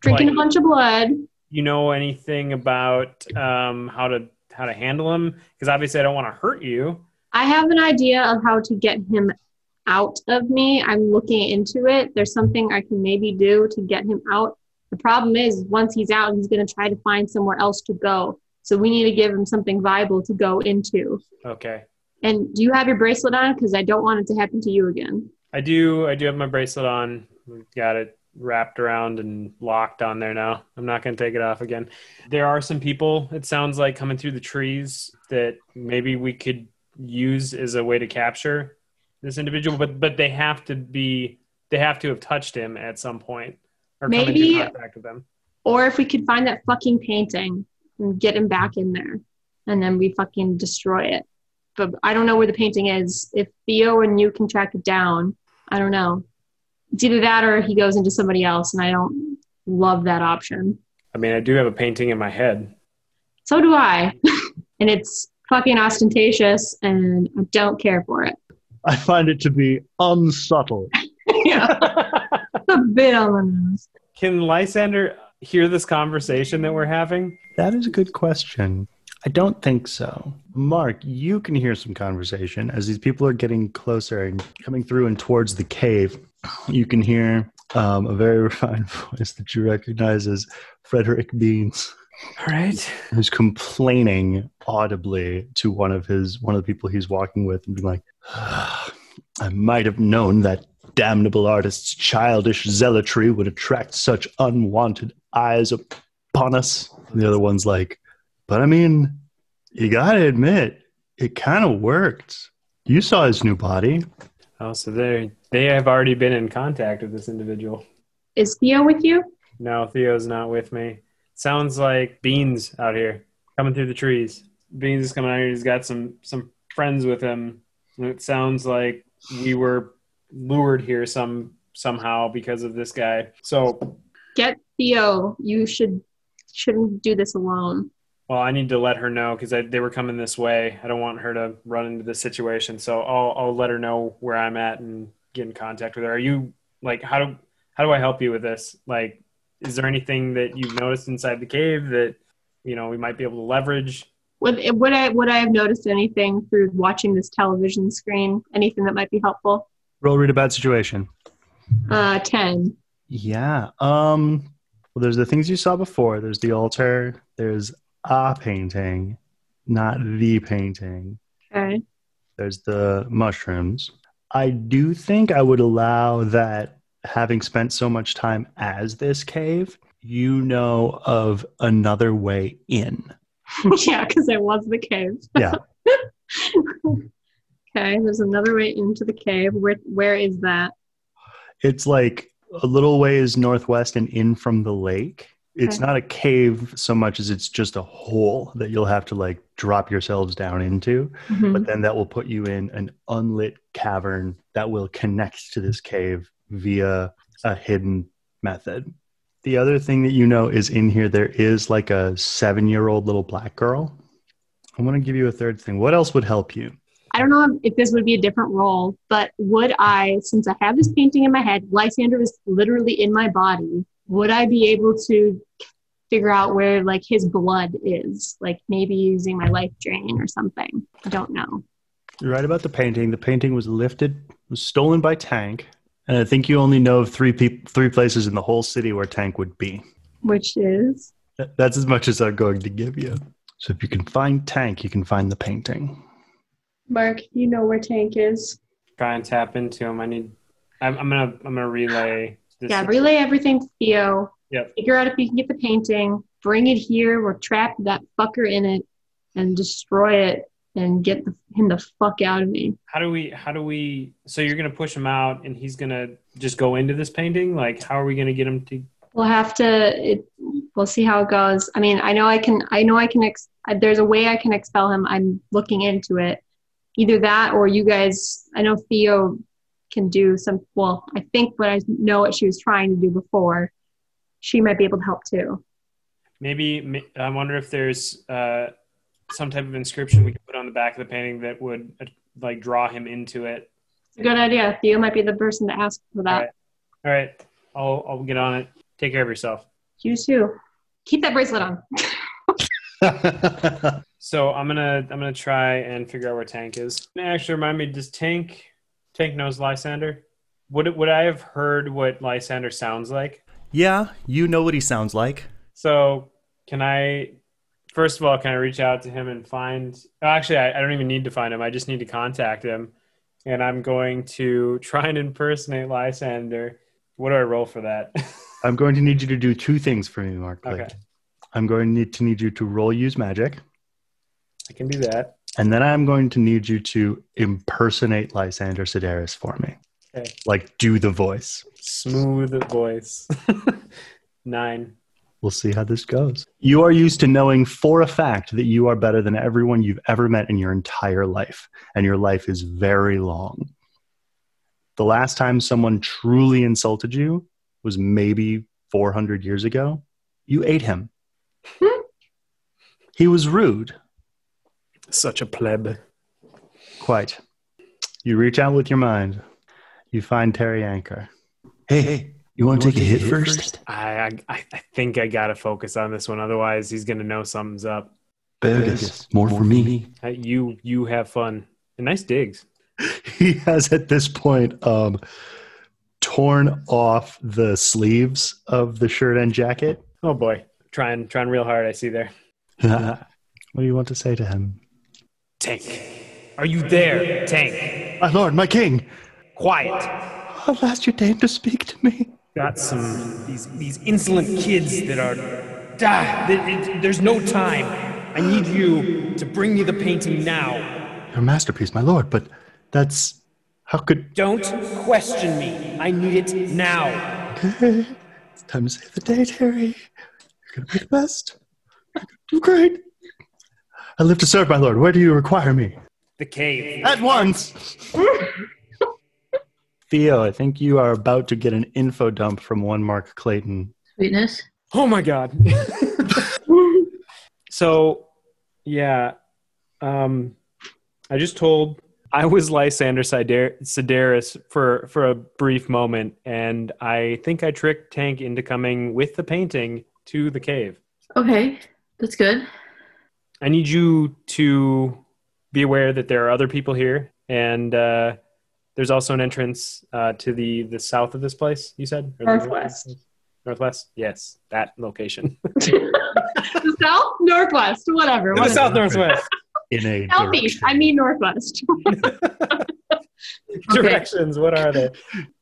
drinking Like- a bunch of blood. you know anything about um, how to how to handle him? Because obviously, I don't want to hurt you. I have an idea of how to get him out of me. I'm looking into it. There's something I can maybe do to get him out. The problem is, once he's out, he's going to try to find somewhere else to go. So we need to give him something viable to go into. Okay. And do you have your bracelet on? Because I don't want it to happen to you again. I do. I do have my bracelet on. We've got it wrapped around and locked on there now. I'm not going to take it off again. There are some people. It sounds like coming through the trees that maybe we could use as a way to capture this individual. But but they have to be. They have to have touched him at some point or come into Maybe- contact with them. Or if we could find that fucking painting and get him back in there, and then we fucking destroy it. But I don't know where the painting is. If Theo and you can track it down, I don't know. It's either that or he goes into somebody else, and I don't love that option. I mean, I do have a painting in my head. So do I. and it's fucking ostentatious, and I don't care for it. I find it to be unsubtle. It's a bit on the nose. Can Lysander hear this conversation that we're having? That is a good question. I don't think so. Mark, you can hear some conversation as these people are getting closer and coming through and towards the cave. You can hear um, a very refined voice that you recognize as Frederick Beans, All right. who's complaining audibly to one of his one of the people he's walking with and being like, "Ah, "I might have known that damnable artist's childish zealotry would attract such unwanted eyes upon us." And the other one's like, "But I mean, you gotta admit, it kind of worked. You saw his new body. Oh, so they they have already been in contact with this individual. Is Theo with you? No, Theo's not with me. Sounds like Beans out here coming through the trees. Beans is coming out here. He's got some some friends with him. And it sounds like we were lured here some somehow because of this guy. So, Get Theo. You should shouldn't do this alone. well, I need to let her know because they were coming this way. I don't want her to run into this situation. So I'll I'll let her know where I'm at and get in contact with her. Are you like how do how do I help you with this? Like, is there anything that you've noticed inside the cave that you know we might be able to leverage? Would, would I would I have noticed anything through watching this television screen? Anything that might be helpful? Roll read a bad situation." Uh, ten. Yeah. Um well there's the things you saw before. There's the altar, there's a painting, not the painting. Okay. There's the mushrooms. I do think I would allow that having spent so much time as this cave, you know of another way in. yeah, because it was the cave. Yeah. okay. There's another way into the cave. Where where is that? It's like a little ways northwest and in from the lake. It's Okay. not a cave so much as it's just a hole that you'll have to like drop yourselves down into. but then that will put you in an unlit cavern that will connect to this cave via a hidden method. The other thing that you know is in here, there is like a seven year old little black girl. I'm going to give you a third thing. What else would help you? I don't know if this would be a different role, but would I, since I have this painting in my head, Lysander is literally in my body, would I be able to figure out where like his blood is? Like maybe using my life drain or something. I don't know. You're right about the painting. The painting was lifted, was stolen by Tank. And I think you only know of three, peop three places in the whole city where Tank would be. Which is That- That's as much as I'm going to give you. So if you can find Tank, you can find the painting. Mark, you know where Tank is. Try and tap into him. I need. I'm, I'm gonna. I'm gonna relay. This yeah, relay everything to Theo. Yep. Figure out if you can get the painting, bring it here, we'll trap that fucker in it and destroy it and get the, him the fuck out of me. How do we? How do we? So you're gonna push him out, and he's gonna just go into this painting. Like, how are we gonna get him to? We'll have to. It, we'll see how it goes. I mean, I know I can. I know I can. Ex, I- there's a way I can expel him. I'm looking into it. Either that or you guys. I know Theo can do some. Well, I think what I know what she was trying to do before. She might be able to help too. Maybe. ma- I wonder if there's uh, some type of inscription we could put on the back of the painting that would uh, like draw him into it. It's a good idea. Theo might be the person to ask for that. All right. All right. I'll. I'll get on it. Take care of yourself. You too. Keep that bracelet on. So I'm gonna. I'm gonna try and figure out where Tank is. Actually, remind me. Does Tank? Tank knows Lysander. Would Would I have heard what Lysander sounds like? Yeah, you know what he sounds like. So can I? First of all, can I reach out to him and find? oh, Actually, I, I don't even need to find him. I just need to contact him, and I'm going to try and impersonate Lysander. What do I roll for that? I'm going to need you to do two things for me, Mark. okay, Blake. I'm going to need, to need you to roll use magic, I can do that. and then I'm going to need you to impersonate Lysander Sedaris for me. Okay. Like, do the voice. Smooth voice. Nine. We'll see how this goes. You are used to knowing for a fact that you are better than everyone you've ever met in your entire life, and your life is very long. The last time someone truly insulted you was maybe 400 years ago. You ate him. he was rude. Such a pleb. Quite. You reach out with your mind. You find Terry Anchor. Hey, hey, you want to take a hit first? I, I I I think I gotta focus on this one. Otherwise, he's gonna know something's up. Bogus. More for me. Uh, you you have fun. And nice digs. he has at this point um, torn off the sleeves of the shirt and jacket. Oh boy, trying trying real hard. I see there. Uh, what do you want to say to him? Tank. Are you there, Tank? My lord, my king, Quiet. at last you deign to speak to me. Got some these these insolent kids that are. Ah, th- it- there's no time. I need you to bring me the painting now. Your masterpiece, my lord, but that's how could Don't question me. I need it now. it's time to save the day, Terry. You're gonna be the best. You're gonna do great. I live to serve, my lord. Where do you require me? The cave. At once. Theo, I think you are about to get an info dump from one Mark Clayton Sweetness. Oh my god. so, yeah, um, I just told I was Lysander Sider- Sedaris for for a brief moment, and I think I tricked Tank into coming with the painting to the cave. Okay, that's good. I need you to be aware that there are other people here, and uh, there's also an entrance uh, to the the south of this place. You said Or the Northwest. Northwest. Yes, that location. The south, northwest, whatever. to the whatever. south northwest in a Southeast. I mean northwest. directions. What are they?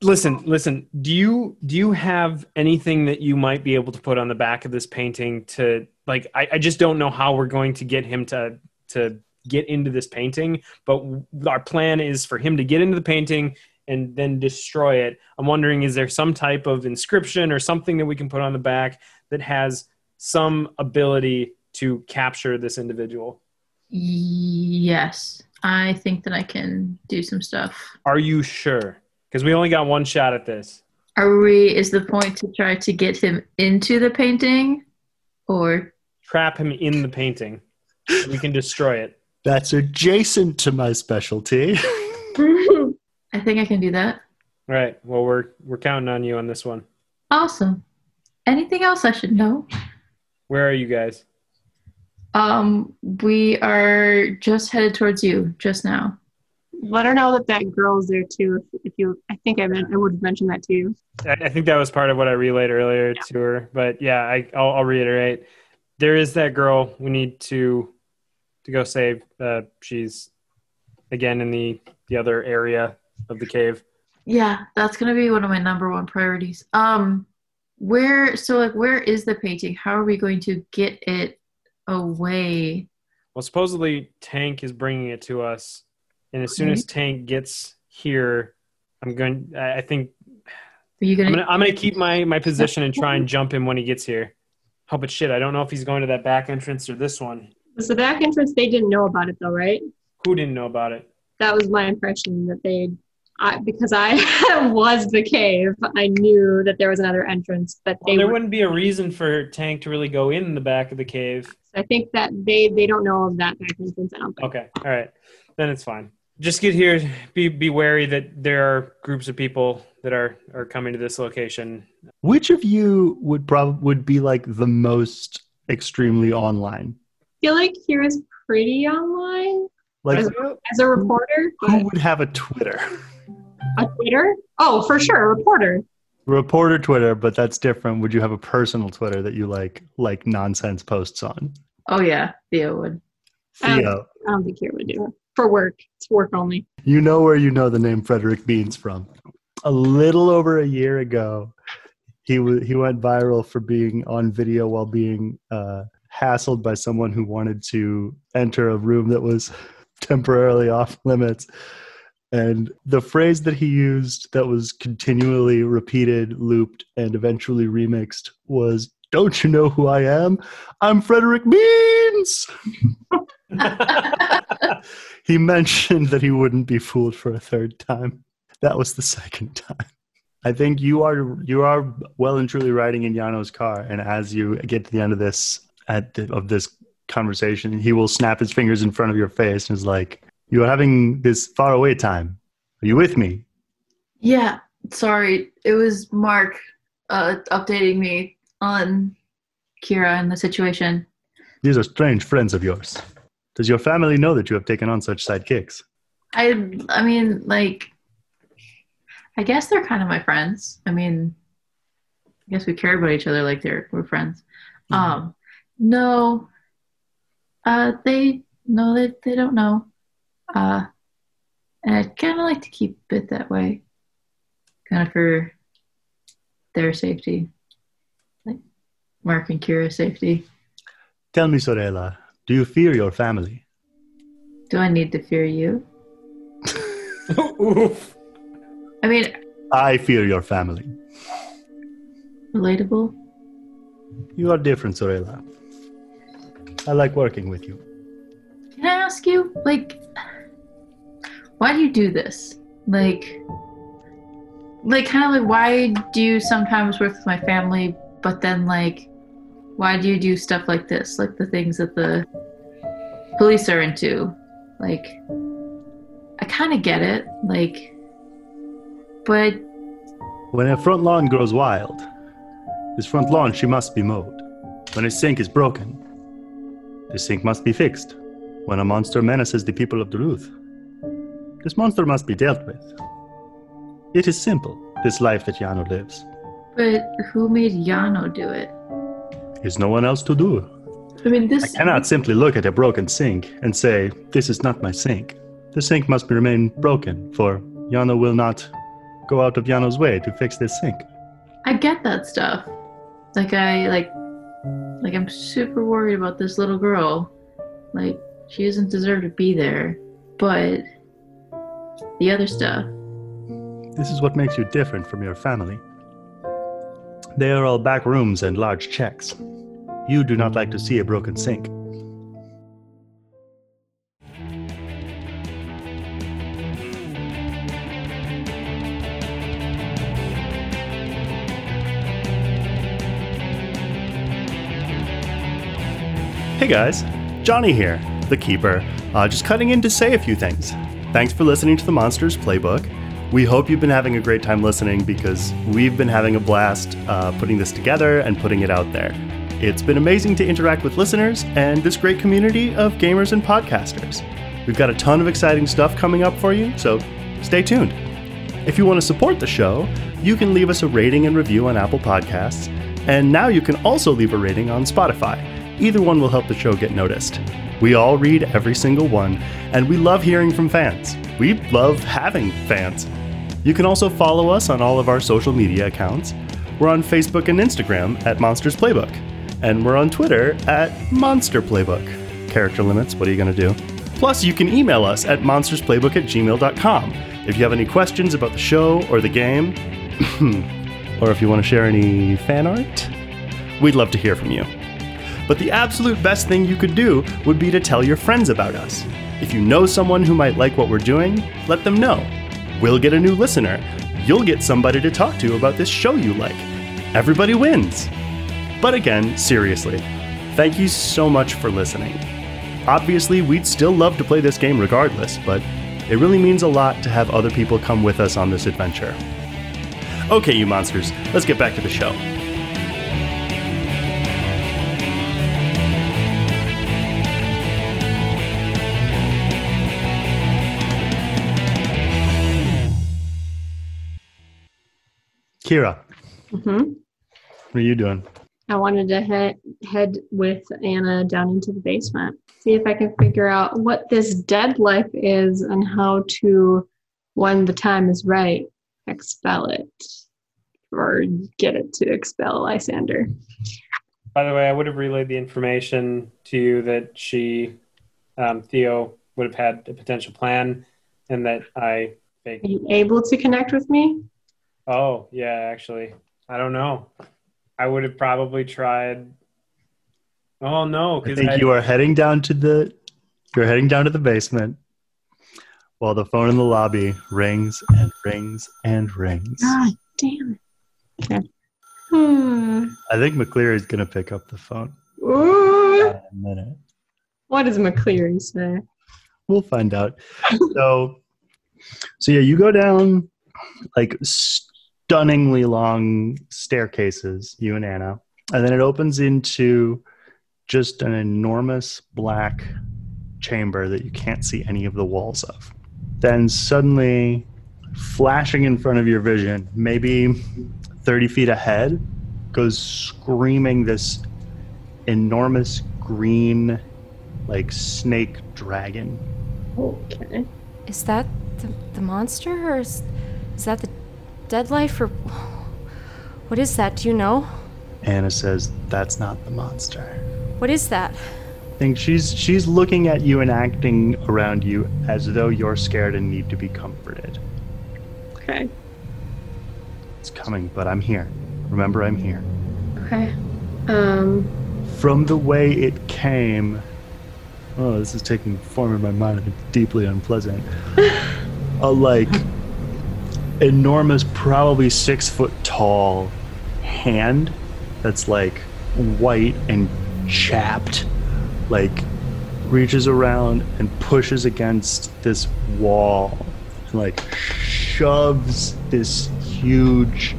Listen, listen. Do you do you have anything that you might be able to put on the back of this painting to like? I, I just don't know how we're going to get him to to get into this painting. But w- our plan is for him to get into the painting and then destroy it. I'm wondering, is there some type of inscription or something that we can put on the back that has some ability to capture this individual? Yes, I think that I can do some stuff. Are you sure? Because we only got one shot at this. Are we? Is the point to try to get him into the painting, or Trap him in the painting. We can destroy it. That's adjacent to my specialty. I think I can do that. All right. Well, we're we're counting on you on this one. Awesome. Anything else I should know? Where are you guys? Um, we are just headed towards you just now. Let her know that that girl's there too. If, if you, I think I meant I would have mentioned that to you. I, I think that was part of what I relayed earlier to her. But yeah, I, I'll, I'll reiterate. There is that girl we need to to go save. Uh, she's again in the the other area of the cave. Yeah, that's gonna be one of my number one priorities. Um, where? So like, where is the painting? How are we going to get it away? Well, supposedly Tank is bringing it to us, and as soon as Tank gets here, I'm going. I I think Are you I'm gonna? gonna, I'm gonna keep my my position and try and jump him when he gets here. Oh, but shit, I don't know if he's going to that back entrance or this one. Was the back entrance? They didn't know about it though, right? Who didn't know about it? That was my impression that they, I, because I was the cave. I knew that there was another entrance, but Well, they. there were- wouldn't be a reason for Tank to really go in the back of the cave. I think that they they don't know of that back entrance. I don't think. Okay, all right, then it's fine. Just get here. Be be wary that there are groups of people that are are coming to this location. Which of you would prob would be like the most extremely online? I feel like here is pretty online Like as, a- as a reporter, who would have a Twitter? a Twitter. Oh, for sure, a reporter. Reporter Twitter, but that's different. Would you have a personal Twitter that you like like nonsense posts on? Oh yeah, Theo would. Um, Theo, I don't think here would do it for work. It's work only. you know where you know the name Frederick Beans from. A little over a year ago, he w- he went viral for being on video while being uh, hassled by someone who wanted to enter a room that was temporarily off limits. And the phrase that he used that was continually repeated, looped, and eventually remixed was, Don't you know who I am? I'm Frederick Beans! he mentioned that he wouldn't be fooled for a third time. That was the second time. I think you are you are well and truly riding in Yano's car, and as you get to the end of this at the, of this conversation, he will snap his fingers in front of your face and is like, "You are having this far away time. Are you with me?" Yeah, sorry. It was Mark uh, updating me on Kira and the situation. These are strange friends of yours. Does your family know that you have taken on such sidekicks? I I mean, like, I guess they're kind of my friends. I mean, I guess we care about each other like they're we're friends. Um, no, uh, they no, they they don't know. Uh, and I'd kind of like to keep it that way, kind of for their safety, like Mark and Kira's safety. Tell me, Sorella, do you fear your family? Do I need to fear you? I mean, I fear your family. relatable. You are different, Sorella. I like working with you. Can I ask you, like, why do you do this? Like, like, kind of like, why do you sometimes work with my family, but then, like, why do you do stuff like this? Like, the things that the police are into? Like, I kind of get it, like, but When a front lawn grows wild, this front lawn she must be mowed. When a sink is broken, this sink must be fixed. When a monster menaces the people of Duluth, this monster must be dealt with. It is simple, this life that Yano lives. but who made Yano do it? Is no one else to do. I mean, this. I cannot simply look at a broken sink and say, This is not my sink. The sink must remain broken, for Yano will not go out of Yano's way to fix this sink. I get that stuff. Like I like like I'm super worried about this little girl. Like she doesn't deserve to be there. But the other stuff. This is what makes you different from your family. They are all back rooms and large checks. You do not like to see a broken sink. Hey guys, Johnny here, the Keeper, uh, just cutting in to say a few things. Thanks for listening to the Monsters Playbook. We hope you've been having a great time listening because we've been having a blast uh, putting this together and putting it out there. It's been amazing to interact with listeners and this great community of gamers and podcasters. We've got a ton of exciting stuff coming up for you, so stay tuned. If you want to support the show, you can leave us a rating and review on Apple Podcasts, and now you can also leave a rating on Spotify. Either one will help the show get noticed. We all read every single one, and we love hearing from fans. We love having fans. You can also follow us on all of our social media accounts. We're on Facebook and Instagram at Monsters Playbook, and we're on Twitter at Monster Playbook character limits. What are you going to do? Plus, you can email us at monstersplaybook at gmail.com if you have any questions about the show or the game, or if you want to share any fan art. We'd love to hear from you. But the absolute best thing you could do would be to tell your friends about us. If you know someone who might like what we're doing, let them know. We'll get a new listener. You'll get somebody to talk to about this show you like. Everybody wins. But again, seriously, thank you so much for listening. Obviously, we'd still love to play this game regardless, but it really means a lot to have other people come with us on this adventure. Okay, you monsters, let's get back to the show. Kira, hmm what are you doing? I wanted to head head with Anna down into the basement, see if I can figure out what this dead life is and how to, when the time is right, expel it or get it to expel Lysander. By the way, I would have relayed the information to you that she, um, Theo, would have had a potential plan, and that I Are you able to connect with me? Oh, yeah, actually. I don't know. I would have probably tried. Oh, no. I 'cause think I- you are heading down to the you're heading down to the basement while the phone in the lobby rings and rings and rings. God damn it. Okay. Hmm. I think McCleary is gonna pick up the phone Ooh. in a minute. What does McCleary say? We'll find out. so so yeah, you go down like stunningly long staircases, you and Anna, and then it opens into just an enormous black chamber that you can't see any of the walls of. Then suddenly, flashing in front of your vision, maybe 30 feet ahead, goes screaming this enormous green, like snake dragon. Okay. Is that the, the monster, or is, is that the dead life, or what is that? Do you know? Anna says, That's not the monster. What is that? I think she's she's looking at you and acting around you as though you're scared and need to be comforted. Okay. It's coming, but I'm here. Remember I'm here. Okay. Um. from the way it came. Oh, this is taking form in my mind. It's deeply unpleasant. a like enormous, probably six foot tall hand that's like white and chapped, like reaches around and pushes against this wall and like shoves this huge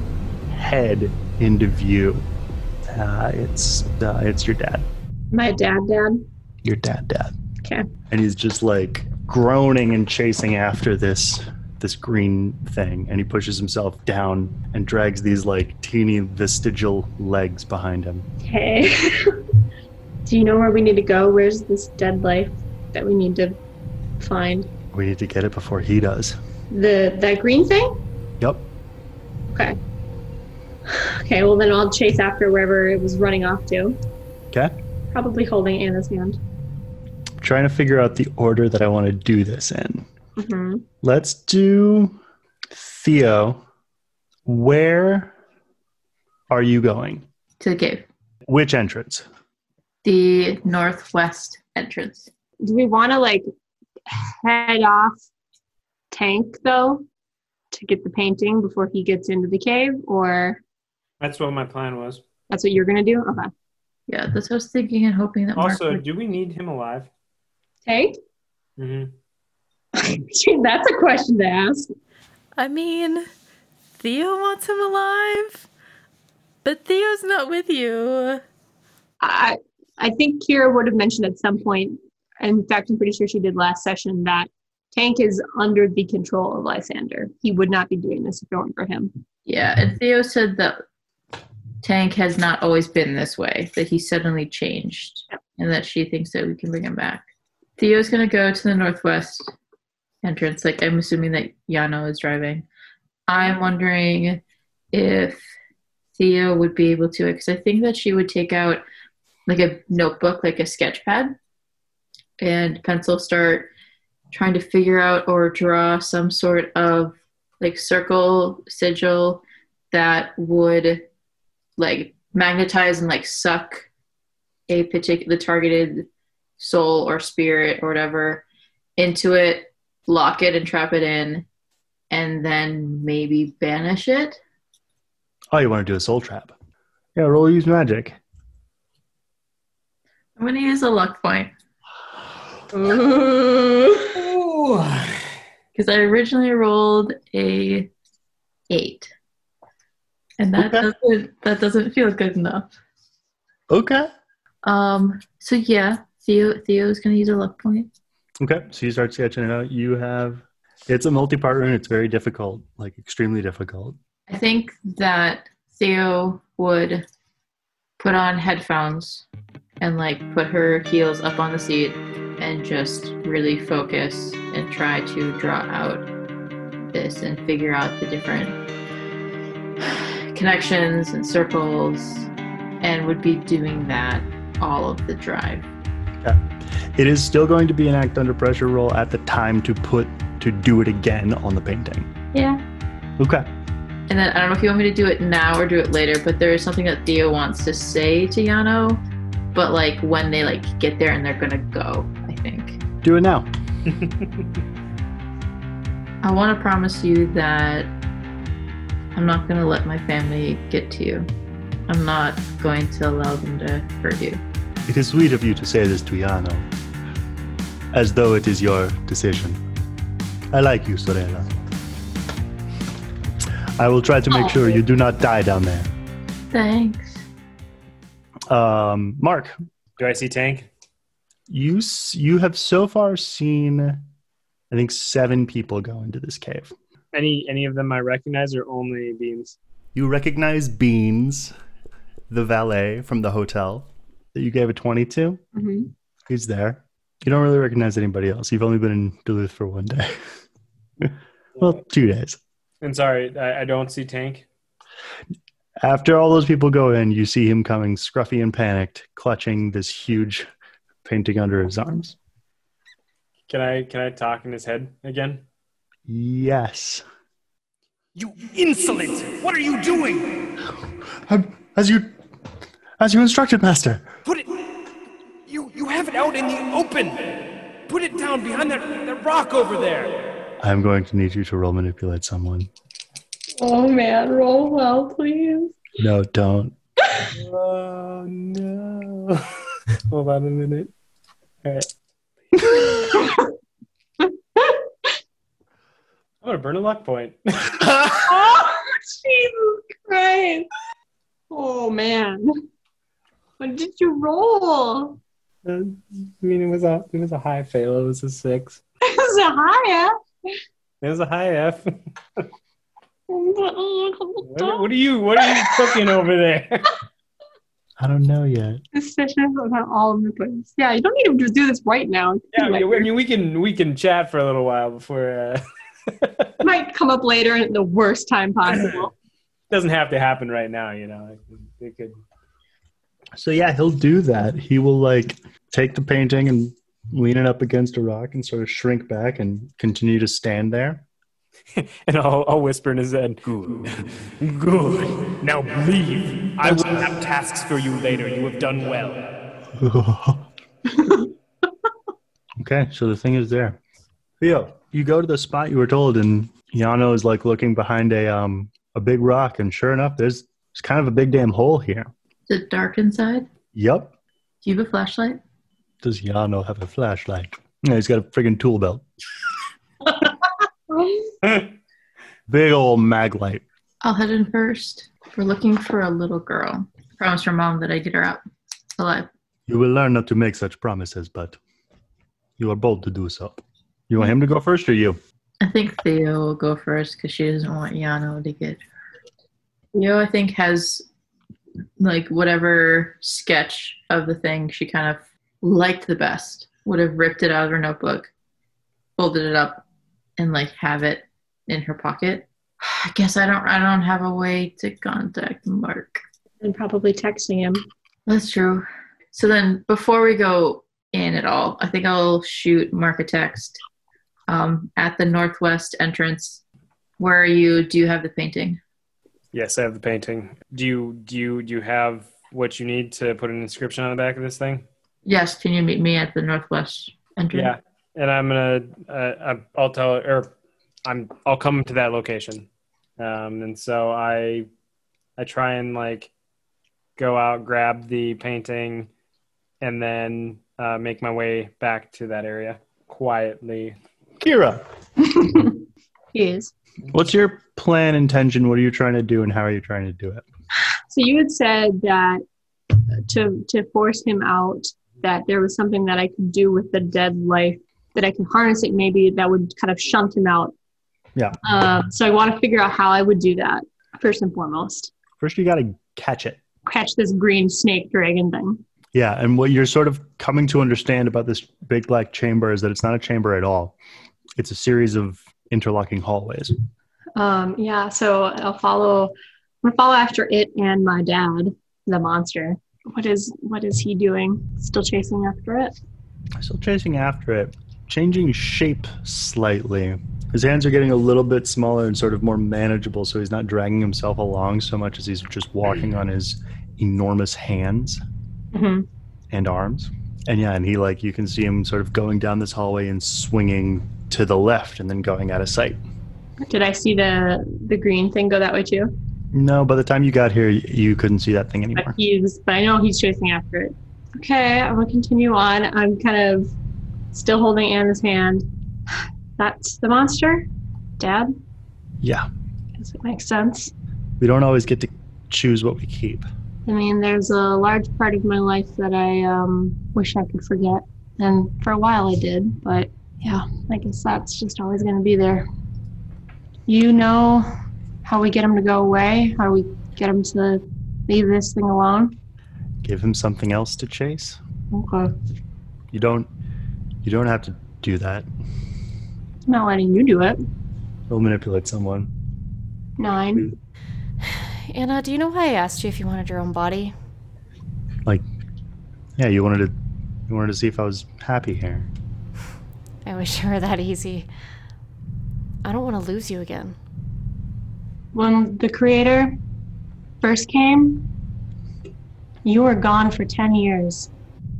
head into view. Uh, it's uh, it's your dad, My dad, dad. your dad, dad, Okay. and he's just like groaning and chasing after this this green thing, and he pushes himself down and drags these like teeny vestigial legs behind him. Okay. Do you know where we need to go? Where's this dead life that we need to find? We need to get it before he does. The that green thing? Yep. Okay. Okay, well then I'll chase after wherever it was running off to. Okay. Probably holding Anna's hand. trying to figure out the order that I want to do this in. hmm Let's do Theo. Where are you going? to the cave. Which entrance? The northwest entrance. Do we want to like head off Tank though to get the painting before he gets into the cave, or That's what my plan was. that's what you're gonna do? Okay. Yeah, that's what I was thinking and hoping that Mark Also, would- do we need him alive? Tank? Mm-hmm. That's a question to ask. I mean, Theo wants him alive, but Theo's not with you. I I think Kira would have mentioned at some point. In fact, I'm pretty sure she did last session that Tank is under the control of Lysander. He would not be doing this if it weren't for him. Yeah, and Theo said that Tank has not always been this way, that he suddenly changed, and that she thinks that we can bring him back. Theo's going to go to the northwest entrance. Like, I'm assuming that Yano is driving. I'm wondering if Theo would be able to, because I think that she would take out like a notebook, like a sketch pad, and pencil start trying to figure out or draw some sort of like circle sigil that would like magnetize and like suck a particular the targeted soul or spirit or whatever into it lock it and trap it in and then maybe banish it Oh, you want to do a soul trap? Yeah, roll use magic. i'm gonna use a luck point because i originally rolled a eight and that Okay. doesn't that doesn't feel good enough Okay. Um. So yeah, Theo Theo's gonna use a luck point. Okay. So you start sketching it out. You have it's a multi-part rune. It's very difficult, like extremely difficult. I think that Theo would put on headphones and like put her heels up on the seat and just really focus and try to draw out this and figure out the different connections and circles and would be doing that all of the drive. It is still going to be an act under pressure roll at the time to put to do it again on the painting. Yeah. Okay. And then I don't know if you want me to do it now or do it later, but there is something that Theo wants to say to Yano, but like when they like get there and they're gonna go, I think. Do it now. I want to promise you that I'm not gonna let my family get to you. I'm not going to allow them to hurt you. It is sweet of you to say this to Yano, as though it is your decision. I like you, Sorella. I will try to make sure you do not die down there. Thanks. Um, Mark, Do I see Tank? you s- you have so far seen, I think, seven people go into this cave. Any any of them I recognize, or only Beans? You recognize Beans, the valet from the hotel that you gave a twenty-two. Mhm. He's there. You don't really recognize anybody else. You've only been in Duluth for one day. well, two days. And sorry, I, I don't see Tank. After all those people go in, you see him coming scruffy and panicked, clutching this huge painting under his arms. Can I can I talk in his head again? Yes. You insolent! What are you doing? As you as you instructed, Master. Put it. You you have it out in the open. Put it down behind that, that rock over there. I'm going to need you to roll manipulate someone. Oh man, roll well, please. No, don't. Oh no! Hold on a minute. All right. I'm gonna burn a luck point. oh, Jesus Christ. Oh, man. What did you roll? I mean, it was a it was a high fail. It was a six. It's a high F. It was a high F. What, what are you What are you cooking over there? I don't know yet. This session is about all over the place. Yeah, you don't need to just do this right now. It Yeah, I mean, we- I mean, we can we can chat for a little while before. Uh, might come up later at the worst time possible. doesn't have to happen right now, you know. It, could- it could. So yeah, he'll do that. He will like take the painting and lean it up against a rock and sort of shrink back and continue to stand there. And I'll, I'll whisper in his head. Good. Good. Now leave. I will have tasks for you later. You have done well. okay, so the thing is there. Theo, you go to the spot you were told, and Yano is like looking behind a um a big rock, and sure enough, there's it's kind of a big damn hole here. Is it dark inside? Yep. Do you have a flashlight? Does Yano have a flashlight? No, he's got a friggin' tool belt. Big old mag light. I'll head in first. We're looking for a little girl. Promise her mom that I get her out alive. You will learn not to make such promises, but you are bold to do so. You want him to go first or you? I think Theo will go first because she doesn't want Yano to get Theo, I think, has like whatever sketch of the thing she kind of liked the best, would have ripped it out of her notebook, folded it up, and like have it in her pocket. I guess I don't I don't have a way to contact Mark. And probably texting him. That's true. So then, before we go in at all, I think I'll shoot Mark a text um, at the northwest entrance. Where are you? Do you have the painting? Yes, I have the painting. Do you do you do you have what you need to put an inscription on the back of this thing? Yes. Can you meet me at the northwest entrance? Yeah, and I'm gonna uh, I'm- I'll tell or I'm I'll come to that location, um, and so I I try and like go out grab the painting, and then uh, make my way back to that area quietly. Kira, He is. what's your plan, intention? What are you trying to do and how are you trying to do it? So you had said that to to force him out, that there was something that I could do with the dead life, that I could harness it maybe that would kind of shunt him out. Yeah. Um, so I want to figure out how I would do that first and foremost. First, you got to catch it. Catch this green snake dragon thing. Yeah, and what you're sort of coming to understand about this big black chamber is that it's not a chamber at all. It's a series of interlocking hallways. Um, yeah. So I'll follow. I'm gonna follow after it and my dad, the monster. What is what is he doing? Still chasing after it. Still chasing after it, changing shape slightly. His hands are getting a little bit smaller and sort of more manageable, so he's not dragging himself along so much as he's just walking on his enormous hands Mm-hmm. and arms. And yeah, and he like you can see him sort of going down this hallway and swinging to the left and then going out of sight. Did I see the the green thing go that way too? No, by the time you got here, y- you couldn't see that thing But anymore. he's but I know he's chasing after it. Okay, I'm gonna continue on. I'm kind of still holding Anna's hand. That's the monster, Dad. Yeah, Does it make sense? we don't always get to choose what we keep. I mean, there's a large part of my life that I um, wish I could forget, and for a while I did. But yeah, I guess that's just always gonna be there. You know how we get him to go away? How we get him to leave this thing alone? Give him something else to chase. Okay. You don't. You don't have to do that. I'm not letting you do it. He'll manipulate someone. Nine. Anna, do you know why I asked you if you wanted your own body? Yeah, you wanted to. You wanted to see if I was happy here. I wish it were that easy. I don't want to lose you again. When the creator first came, you were gone for 10 years.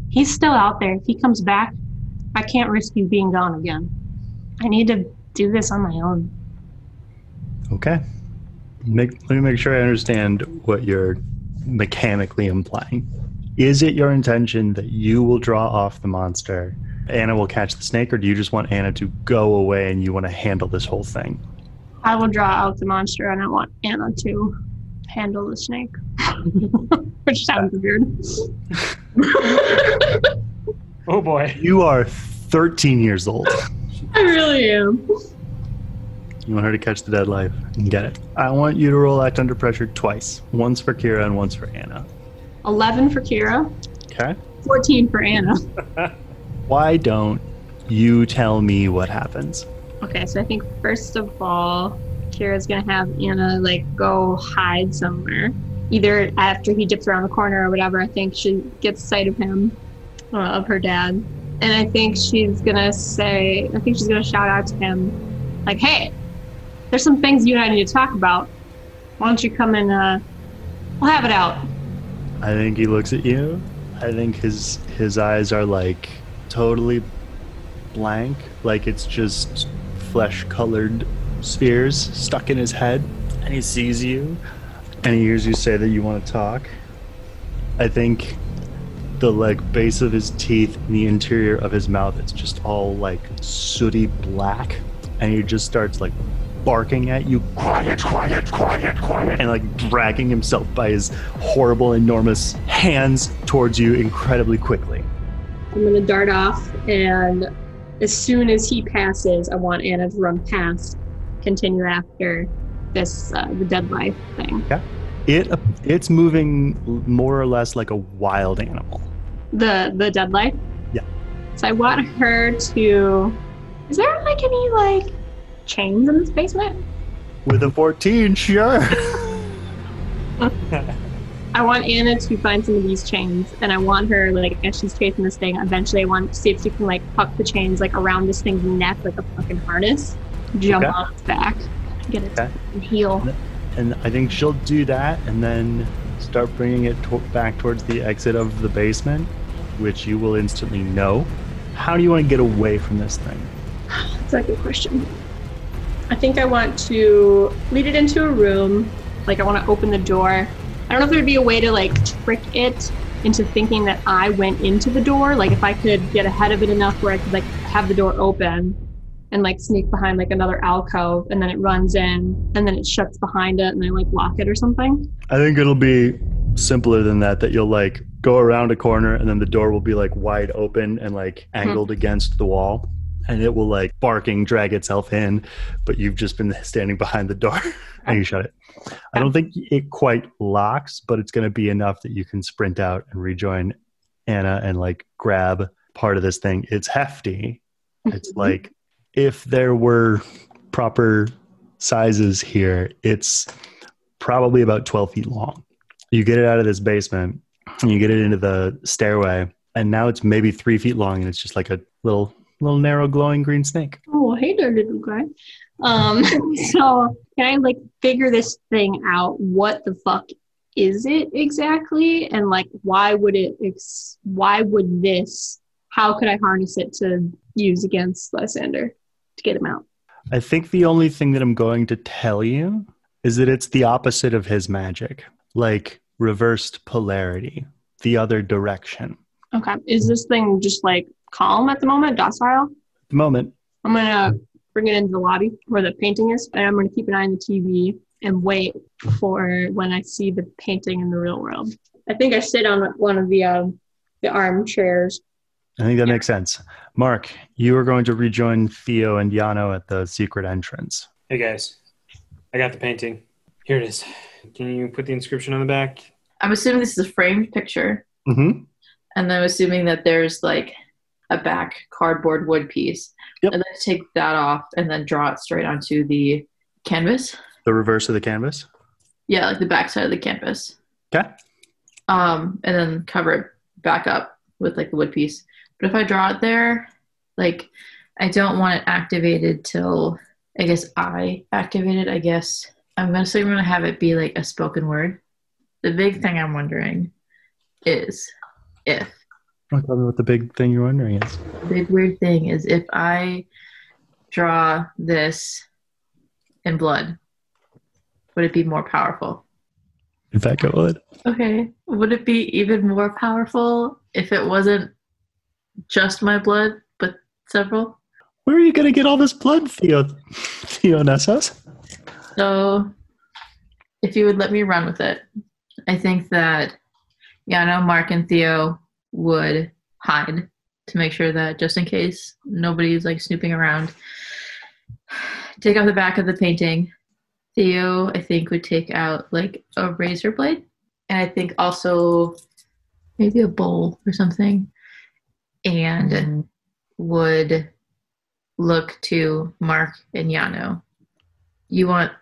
He's still out there. If he comes back, I can't risk you being gone again. I need to do this on my own. Okay. Make, let me make sure I understand what you're mechanically implying. Is it your intention that you will draw off the monster? Anna will catch the snake, or do you just want Anna to go away and you want to handle this whole thing? I will draw out the monster and I want Anna to handle the snake. Which sounds weird. Oh boy. You are 13 years old. I really am. You want her to catch the dead life and get it. I want you to roll act under pressure twice once for Kira and once for Anna. 11 for Kira, Okay. 14 for Anna. Why don't you tell me what happens? Okay, so I think first of all, Kira's gonna have Anna like go hide somewhere, either after he dips around the corner or whatever. I think she gets sight of him, uh, of her dad, and I think she's gonna say, I think she's gonna shout out to him, like, "Hey, there's some things you and I need to talk about. Why don't you come and uh, we'll have it out." I think he looks at you. I think his his eyes are like totally blank, like it's just flesh-colored spheres stuck in his head, and he sees you, and he hears you say that you want to talk. I think the like base of his teeth and the interior of his mouth it's just all like sooty black and he just starts like barking at you quiet quiet quiet quiet and like dragging himself by his horrible enormous hands towards you incredibly quickly I'm gonna dart off, and as soon as he passes, I want Anna to run past, continue after this uh, the dead life thing. Yeah. it it's moving more or less like a wild animal The the dead life. Yeah. So I want her to. Is there like any like chains in this basement? with a 14 sure I want Anna to find some of these chains, and I want her like as she's chasing this thing. Eventually, I want to see if she can like puck the chains like around this thing's neck like a fucking harness, jump Okay. on its back, get its Okay. fucking heel. and I think she'll do that and then start bringing it to- back towards the exit of the basement, which you will instantly know. How do you want to get away from this thing? That's a good question. I think I want to lead it into a room. Like I want to open the door. I don't know if there'd be a way to like trick it into thinking that I went into the door. Like if I could get ahead of it enough where I could like have the door open and like sneak behind like another alcove and then it runs in and then it shuts behind it and I like lock it or something. I think it'll be simpler than that, that you'll like go around a corner and then the door will be like wide open and like angled against the wall. And it will like barking drag itself in, but you've just been standing behind the door and you shut it. I don't think it quite locks, but it's going to be enough that you can sprint out and rejoin Anna and like grab part of this thing. It's hefty. Mm-hmm. It's like if there were proper sizes here, it's probably about 12 feet long. You get it out of this basement and you get it into the stairway, and now it's maybe three feet long and it's just like a little, little narrow glowing green snake. Oh, hey there, little guy. Um, so can I like figure this thing out? What the fuck is it exactly? And like, why would it? Ex- why would this? How could I harness it to use against Lysander to get him out? I think the only thing that I'm going to tell you is that it's the opposite of his magic, like reversed polarity, the other direction. Okay, is this thing just like calm at the moment, docile? At the moment, I'm gonna bring it into the lobby where the painting is, and I'm gonna keep an eye on the TV and wait for when I see the painting in the real world. I think I sit on one of the um, the armchairs. I think that makes sense. Mark, you are going to rejoin Theo and Yano at the secret entrance. Hey guys, I got the painting. Here it is. Can you put the inscription on the back? I'm assuming this is a framed picture, Mm-hmm. and I'm assuming that there's like a back cardboard wood piece, and then take that off and then draw it straight onto the canvas. The reverse of the canvas. Yeah, like the back side of the canvas. Okay. Um, and then cover it back up with like the wood piece. But if I draw it there, like I don't want it activated till I guess I activate it. I guess I'm gonna say I'm gonna have it be like a spoken word. The big thing I'm wondering is if Well, Oh, Tell me what the big thing you're wondering is. the big weird thing is if I draw this in blood, would it be more powerful? In fact, I would. Okay. Would it be even more powerful if it wasn't just my blood, but several? Where are you going to get all this blood, Theo? Theo Nessos? So, if you would let me run with it, I think that Yano, Mark, and Theo would hide to make sure that just in case nobody's like snooping around. Take out the back of the painting. Theo, I think, would take out like a razor blade, and I think also maybe a bowl or something, and would look to Mark and Yano. You want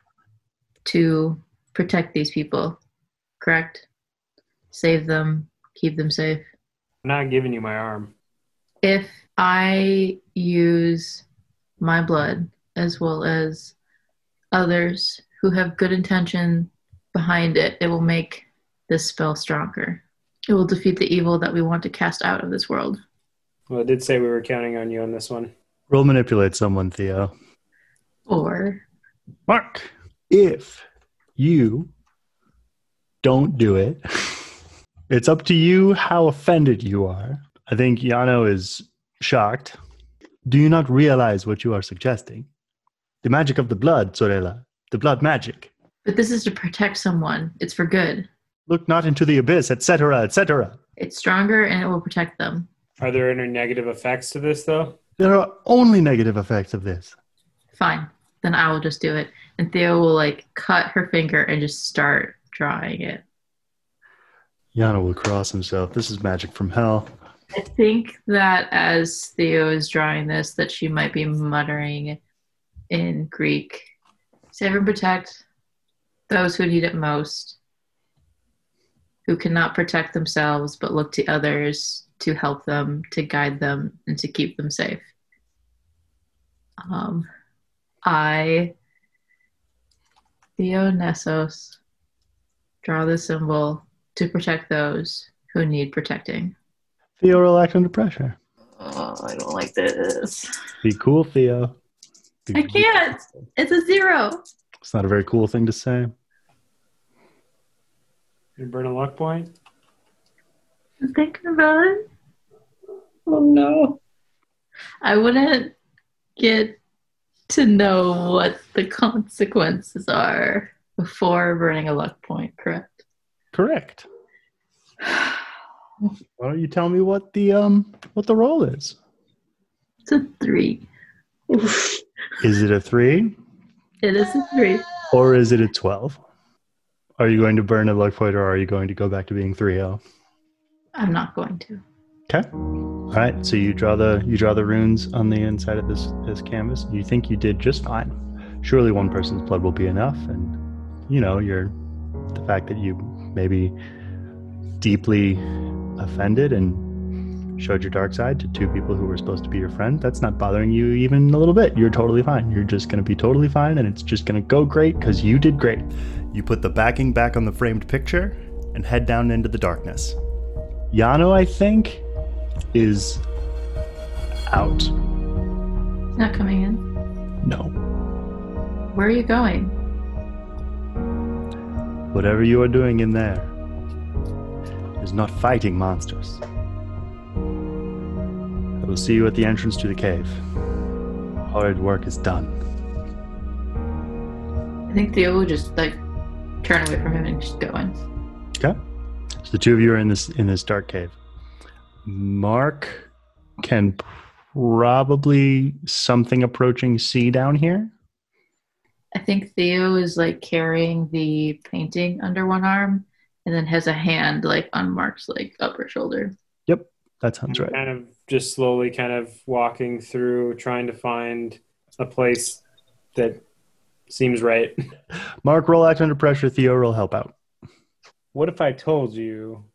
to protect these people, correct? Save them, keep them safe. I'm not giving you my arm. If I use my blood as well as others who have good intention behind it, it will make this spell stronger. It will defeat the evil that we want to cast out of this world. Well, I did say we were counting on you on this one. Roll manipulate someone, Theo. Or Mark, if you don't do it, It's up to you how offended you are. I think Yano is shocked. Do you not realize what you are suggesting? The magic of the blood, Sorella. The blood magic. But this is to protect someone. It's for good. Look not into the abyss, etc., etc. It's stronger and it will protect them. Are there any negative effects to this though? There are only negative effects of this. Fine. Then I will just do it. And Theo will like cut her finger and just start drawing it. Yana will cross himself. This is magic from hell. I think that as Theo is drawing this, that she might be muttering in Greek, "Save and protect those who need it most, who cannot protect themselves but look to others to help them, to guide them, and to keep them safe." Um, I, Theo Nessos, draw the symbol to protect those who need protecting. Theo will act under pressure. Oh, I don't like this. Be cool, Theo. Be I can't. It's a zero. It's not a very cool thing to say. You burn a luck point? I'm thinking about it. Oh no. I wouldn't get to know what the consequences are before burning a luck point, correct? Correct. Why don't you tell me what the um what the roll is? It's a three. it Is it a three is a three. or is it a twelve? Are you going to burn a luck point or are you going to go back to being three oh? zero? I'm not going to. Okay. All right. So you draw the you draw the runes on the inside of this this canvas. You think you did just fine. Surely one person's blood will be enough, and you know you're the fact that you maybe deeply offended and showed your dark side to two people who were supposed to be your friend. That's not bothering you even a little bit. You're totally fine. You're just going to be totally fine, and it's just going to go great because you did great. You put the backing back on the framed picture and head down into the darkness. Yano, I think, is out. It's not coming in. No. Where are you going? Whatever you are doing in there is not fighting monsters. I will see you at the entrance to the cave. Hard work is done. I think Theo will just like turn away from him and just go in. Okay. So the two of you are in this in this dark cave. Mark can probably something approaching C down here. I think Theo is like carrying the painting under one arm and then has a hand like on Mark's like upper shoulder. That sounds right. Kind of just slowly kind of walking through trying to find a place that seems right. Mark roll act under pressure. Theo roll help out. What if I told you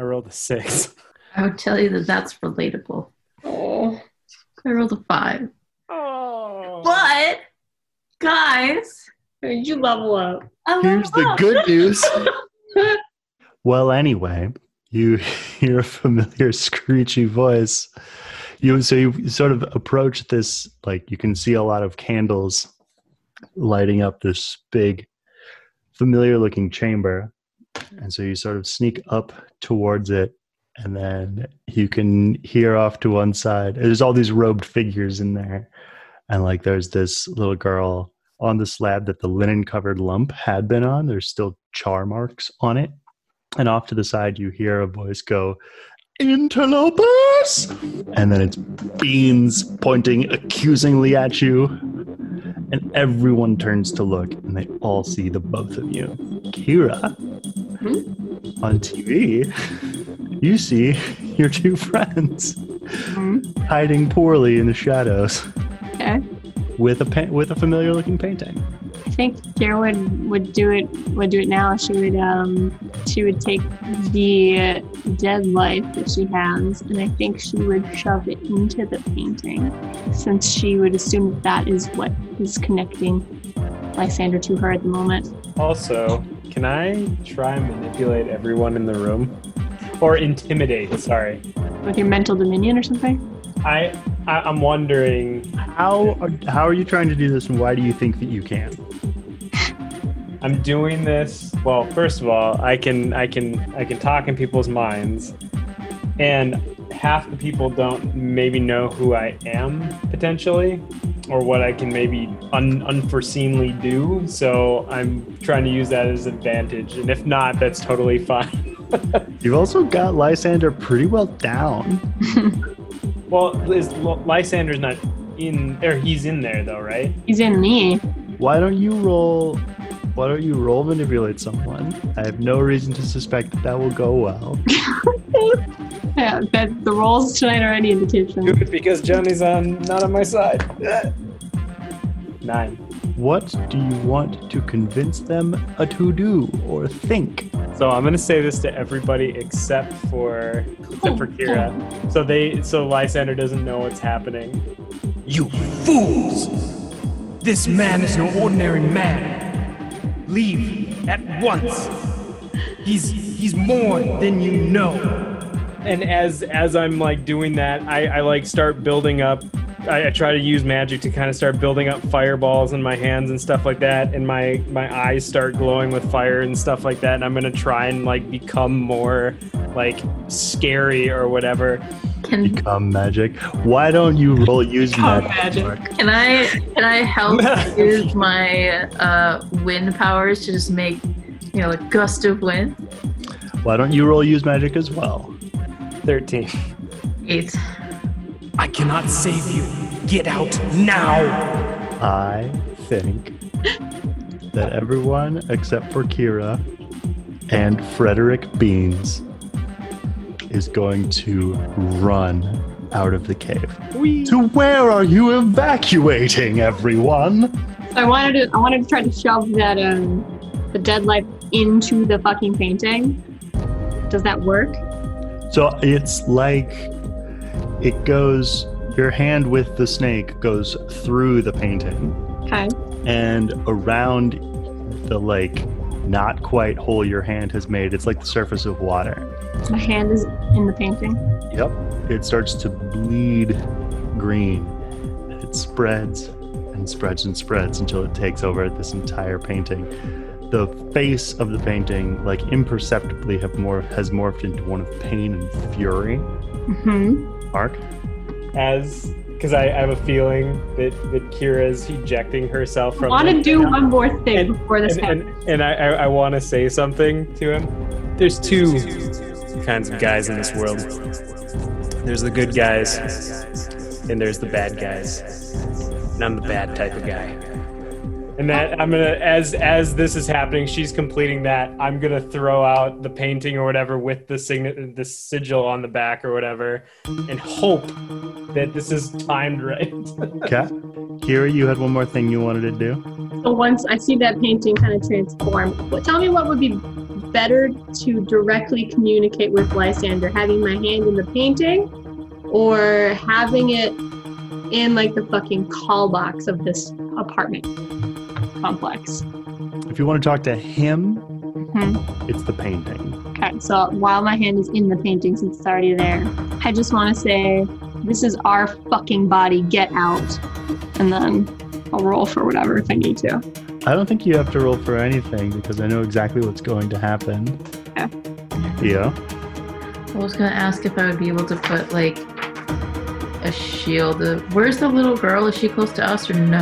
I rolled a six? I would tell you that that's relatable. Oh. I rolled a five. Oh. But, guys, Did you level up? I leveled Here's the up. good news. well, anyway, you hear a familiar screechy voice. You so you sort of approach this like you can see a lot of candles lighting up this big familiar looking chamber. And so you sort of sneak up towards it and then you can hear off to one side. There's all these robed figures in there. And like there's this little girl on the slab that the linen covered lump had been on. There's still char marks on it. And off to the side, you hear a voice go, Interlopers! And then it's beans pointing accusingly at you. And everyone turns to look and they all see the both of you. Kira, on TV, you see your two friends hiding poorly in the shadows Okay. with a, pa- with a familiar looking painting. I think Kira would, would do it would do it now. She would um she would take the dead life that she has, and I think she would shove it into the painting, since she would assume that, that is what is connecting Lysander to her at the moment. Also, can I try and manipulate everyone in the room? Or intimidate, sorry. With your mental dominion or something? I, I I'm wondering How are, how are you trying to do this, and why do you think that you can? I'm doing this. Well, first of all, I can I can I can talk in people's minds, and half the people don't maybe know who I am potentially, or what I can maybe un, unforeseenly do. So I'm trying to use that as advantage, and if not, that's totally fine. You've also got Lysander pretty well down. Well, is, Lysander's not in, or he's in there though, right? He's in me. Why don't you roll? Why don't you roll manipulate someone? I have no reason to suspect that that will go well. Yeah, that the rolls tonight are any indication. Good, because Johnny's on not on my side. Nine. What do you want to convince them a to do or think? So I'm gonna say this to everybody except for except for Kira. So they so Lysander doesn't know what's happening. You fools! This man is no ordinary man. Leave at once. He's he's more than you know. And as as I'm like doing that, I, I like start building up. I, I try to use magic to kind of start building up fireballs in my hands and stuff like that. And my my eyes start glowing with fire and stuff like that. And I'm gonna try and like become more like scary or whatever. Can Become magic. Why don't you roll use Become magic? magic. Mark? can I can I help use my uh, wind powers to just make you know a gust of wind? Why don't you roll use magic as well? Thirteen. Eight. I cannot save you. Get out now. I think that everyone except for Kira and Frederick Beans is going to run out of the cave. To where are you evacuating, everyone? So I wanted to I wanted to try to shove that um the deadlight into the fucking painting. Does that work? So it's like it goes, your hand with the snake goes through the painting. Okay. and around the like not quite hole your hand has made it's like the surface of water My hand is in the painting. yep it starts to bleed green and it spreads and spreads and spreads until it takes over this entire painting the face of the painting like imperceptibly have more has morphed into one of pain and fury Mm-hmm. mark As because I, I have a feeling that that Kira is ejecting herself I from. want to this. do one more thing And- before this and, happens. and, and I, I, I want to say something to him. There's two kinds of guys in this world. There's the good guys, and there's the bad guys. And I'm the bad type of guy. And that I'm gonna, as as this is happening, she's completing that. I'm gonna throw out the painting or whatever with the sign, the sigil on the back or whatever, and hope that this is timed right. okay kira you had one more thing you wanted to do So once I see that painting kind of transform, what, tell me what would be better to directly communicate with Lysander, having my hand in the painting or having it in like the fucking call box of this apartment complex. if you want to talk to him Mhm. it's the painting Okay, so while my hand is in the painting since it's already there, I just want to say, this is our fucking body, get out. And then I'll roll for whatever if I need to. I don't think you have to roll for anything because I know exactly what's going to happen. Okay. Yeah. I was gonna ask if I would be able to put like a shield. Uh, Where's the little girl? Is she close to us or no?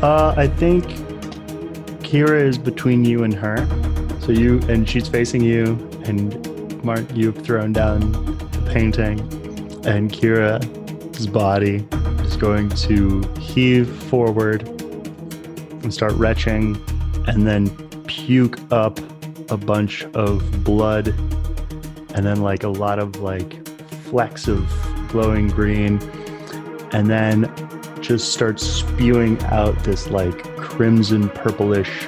Uh, I think Kira is between you and her. So you and she's facing you, and Mark, you've thrown down the painting, and Kira's body is going to heave forward and start retching, and then puke up a bunch of blood, and then like a lot of like flecks of glowing green, and then just starts spewing out this like crimson purplish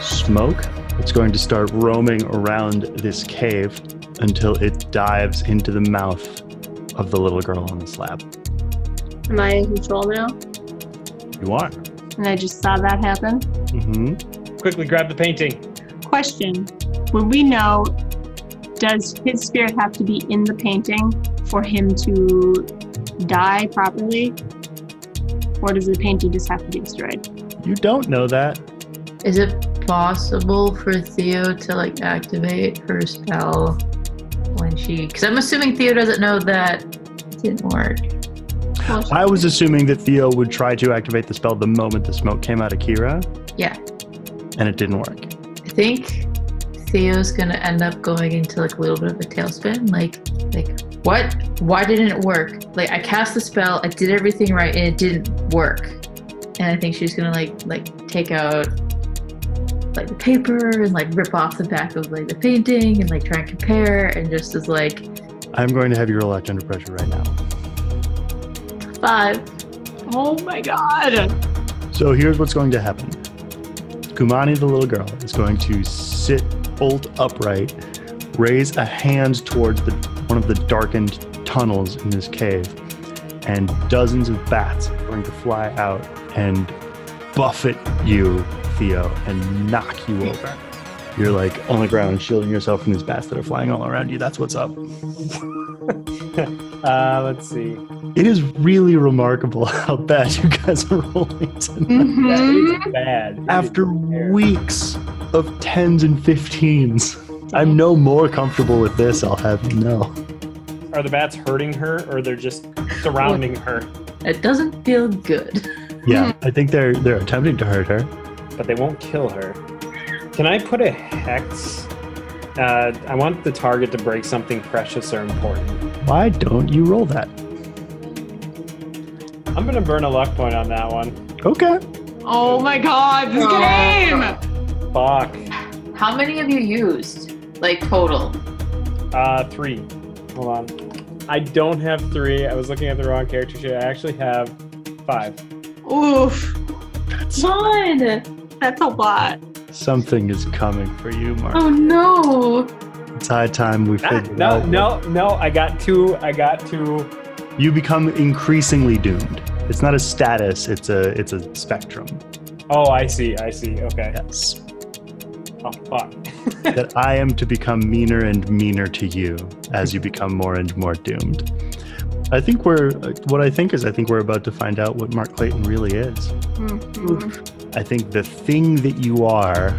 smoke. It's going to start roaming around this cave until it dives into the mouth of the little girl on the slab. Am I in control now? You are. And I just saw that happen. Mm-hmm. Quickly grab the painting. Question Would we know, does his spirit have to be in the painting for him to die properly? Or does the painting just have to be destroyed? You don't know that. Is it possible for Theo to like activate her spell when she? Because I'm assuming Theo doesn't know that didn't work. I was assuming that Theo would try to activate the spell the moment the smoke came out of Kira, Yeah, and it didn't work. I think Theo's gonna end up going into like a little bit of a tailspin. Like, like what? Why didn't it work? Like, I cast the spell, I did everything right, and it didn't work. And I think she's gonna like like take out like the paper and like rip off the back of like the painting and like try and compare and just is like I'm going to have you roll act under pressure right now. five. Oh my god. So here's what's going to happen. Kumani, the little girl, is going to sit bolt upright, raise a hand towards the, one of the darkened tunnels in this cave, and dozens of bats are going to fly out and buffet you, Theo, and knock you over. You're like on the ground, shielding yourself from these bats that are flying all around you. That's what's up. Uh, let's see. It is really remarkable how bad you guys are rolling tonight. Mm-hmm. That is bad. It after is terrible. weeks of 10s and 15s. I'm no more comfortable with this, I'll have you know. Are the bats hurting her or they're just surrounding her? It doesn't feel good. Yeah, I think they're they're attempting to hurt her. But they won't kill her. Can I put a hex? Uh, I want the target to break something precious or important. Why don't you roll that? I'm gonna burn a luck point on that one. Okay. Oh my god, this Oh. game! Fuck. How many have you used? Like total? Uh, three. Hold on. I don't have three. I was looking at the wrong character sheet. I actually have five. Oof. One. That's a lot. Something is coming for you, Mark. Oh no. It's high time we Ah, figured no, out. no, no. I got two. I got two. You become increasingly doomed. It's not a status, it's a it's a spectrum. Oh, I see. I see. Okay. Yes. Oh, fuck. that I am to become meaner and meaner to you as you become more and more doomed. I think we're what I think is I think we're about to find out what Mark Clayton really is. Mm-hmm. I think the thing that you are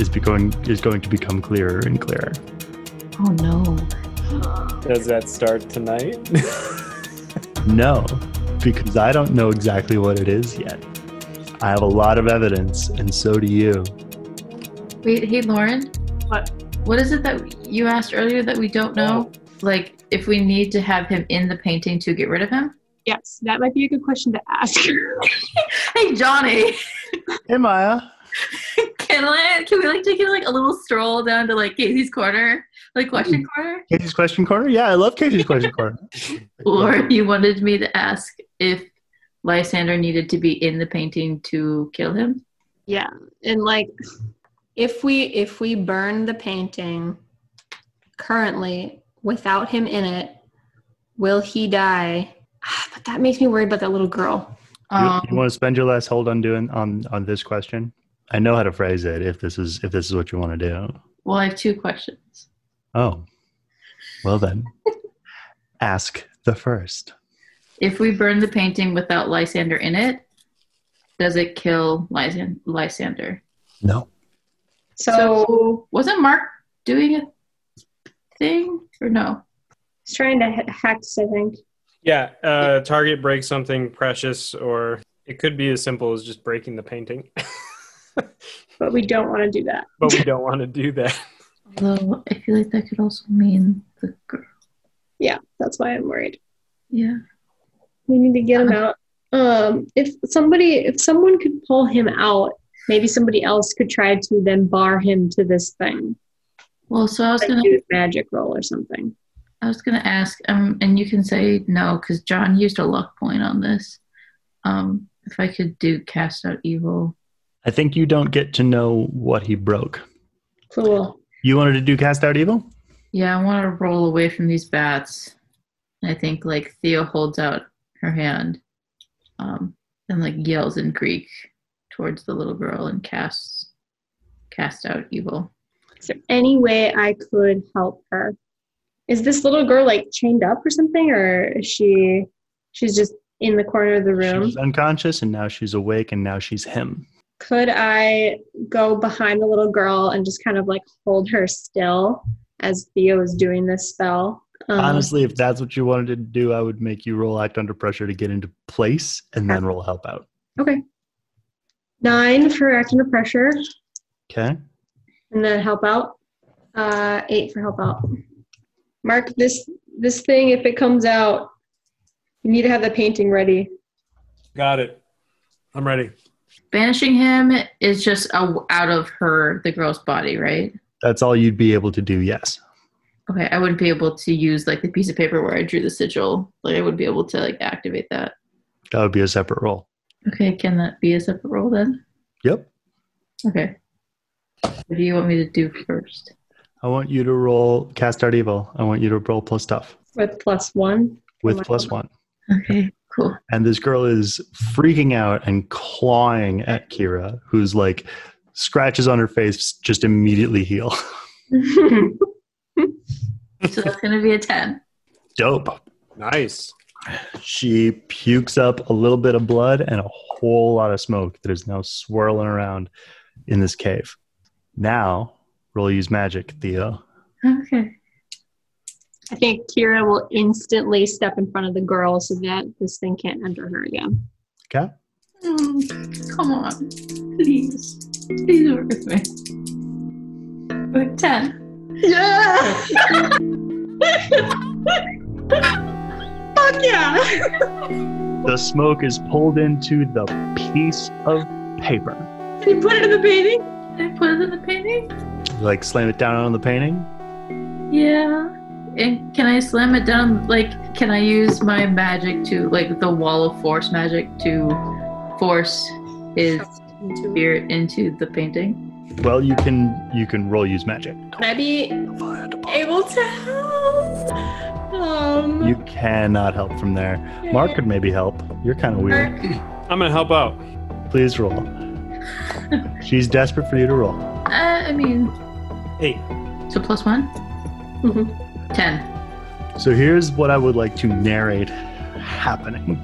is be going is going to become clearer and clearer. Oh no. Does that start tonight? No, because I don't know exactly what it is yet. I have a lot of evidence, and so do you. Wait, hey Lauren. What? What is it that you asked earlier that we don't know? Oh. Like if we need to have him in the painting to get rid of him? Yes, that might be a good question to ask. Hey Johnny, Hey Maya. can I can we like take like a little stroll down to like Casey's corner? Like question corner? Casey's question corner? Yeah, I love Casey's question corner. Or you wanted me to ask if Lysander needed to be in the painting to kill him? yeah, and like, If we if we burn the painting currently without him in it, will he die? Ah, But that makes me worried about that little girl. You- Um, you, want to spend your last hold on doing on on this question? I know how to phrase it if this is if this is what you want to do. well I have two questions. Oh, well then, ask the first. If we burn the painting without Lysander in it, does it kill Lysan- Lysander? No, so, wasn't Mark doing a thing or no? he's trying to he- hex, I think. yeah. Uh, target breaks something precious, or it could be as simple as just breaking the painting. But we don't want to do that. but we don't want to do that. Although I feel like that could also mean the girl. Yeah, that's why I'm worried. Yeah. We need to Uh-huh. get him out. Um, if somebody, if someone could pull him out, maybe somebody else could try to then bar him to this thing, Well, so I was like Uh-huh. gonna, do a magic roll or something. I was gonna ask, um, and you can say no because John used a luck point on this. Um, if I could do cast out evil, I think you don't get to know what he broke. Cool. You wanted to do cast out evil. yeah, I want to roll away from these bats. And I think like Theo holds out her hand, um, and like yells in Greek towards the little girl and casts cast out evil. Is there any way I could help her? Is this little girl like chained up or something, or is she? She's just in the corner of the She room. was unconscious, and now she's awake, and now she's him. could I go behind the little girl and just kind of like hold her still as Theo is doing this spell? Uh-huh. Um, Honestly, if that's what you wanted to do, I would make you roll act under pressure to get into place and then roll help out. Okay. Nine for act under pressure Okay. and then help out. Uh, eight for help out. Mark, this this thing, if it comes out, you need to have the painting ready. Got it. I'm ready. Banishing him is just a, out of her, the girl's body, right? That's all you'd be able to do, yes. Okay, I wouldn't be able to use like the piece of paper where I drew the sigil. Like I wouldn't be able to like activate that. That would be a separate roll. Okay, can that be a separate roll then? Yep. Okay. What do you want me to do first? I want you to roll cast out evil. I want you to roll plus tough With plus one. with Wow. plus one. Okay, cool. And this girl is freaking out and clawing at Kira, who's like scratches on her face just immediately heal. So that's gonna be a ten. Dope. Nice. She pukes up a little bit of blood and a whole lot of smoke that is now swirling around in this cave. Now, roll use magic, Theo. Okay. I think Kira will instantly step in front of the girl so that this thing can't enter her again. Okay. Mm, come on, please, please work with me. With ten. Yeah! Fuck yeah! The smoke is pulled into the piece of paper. Did he put it in the painting? Did I put it in the painting? Like slam it down on the painting. Yeah. And can I slam it down? Like, can I use my magic to like the wall of force magic to force his spirit into the painting? Well, you can you can roll use magic. Can I be able to help? Um, You cannot help from there. Mark could maybe help. You're kind of weird. I'm gonna help out. Please roll. She's desperate for you to roll. Uh, I mean, Eight. so plus one? Mhm. Ten. So here's what I would like to narrate happening.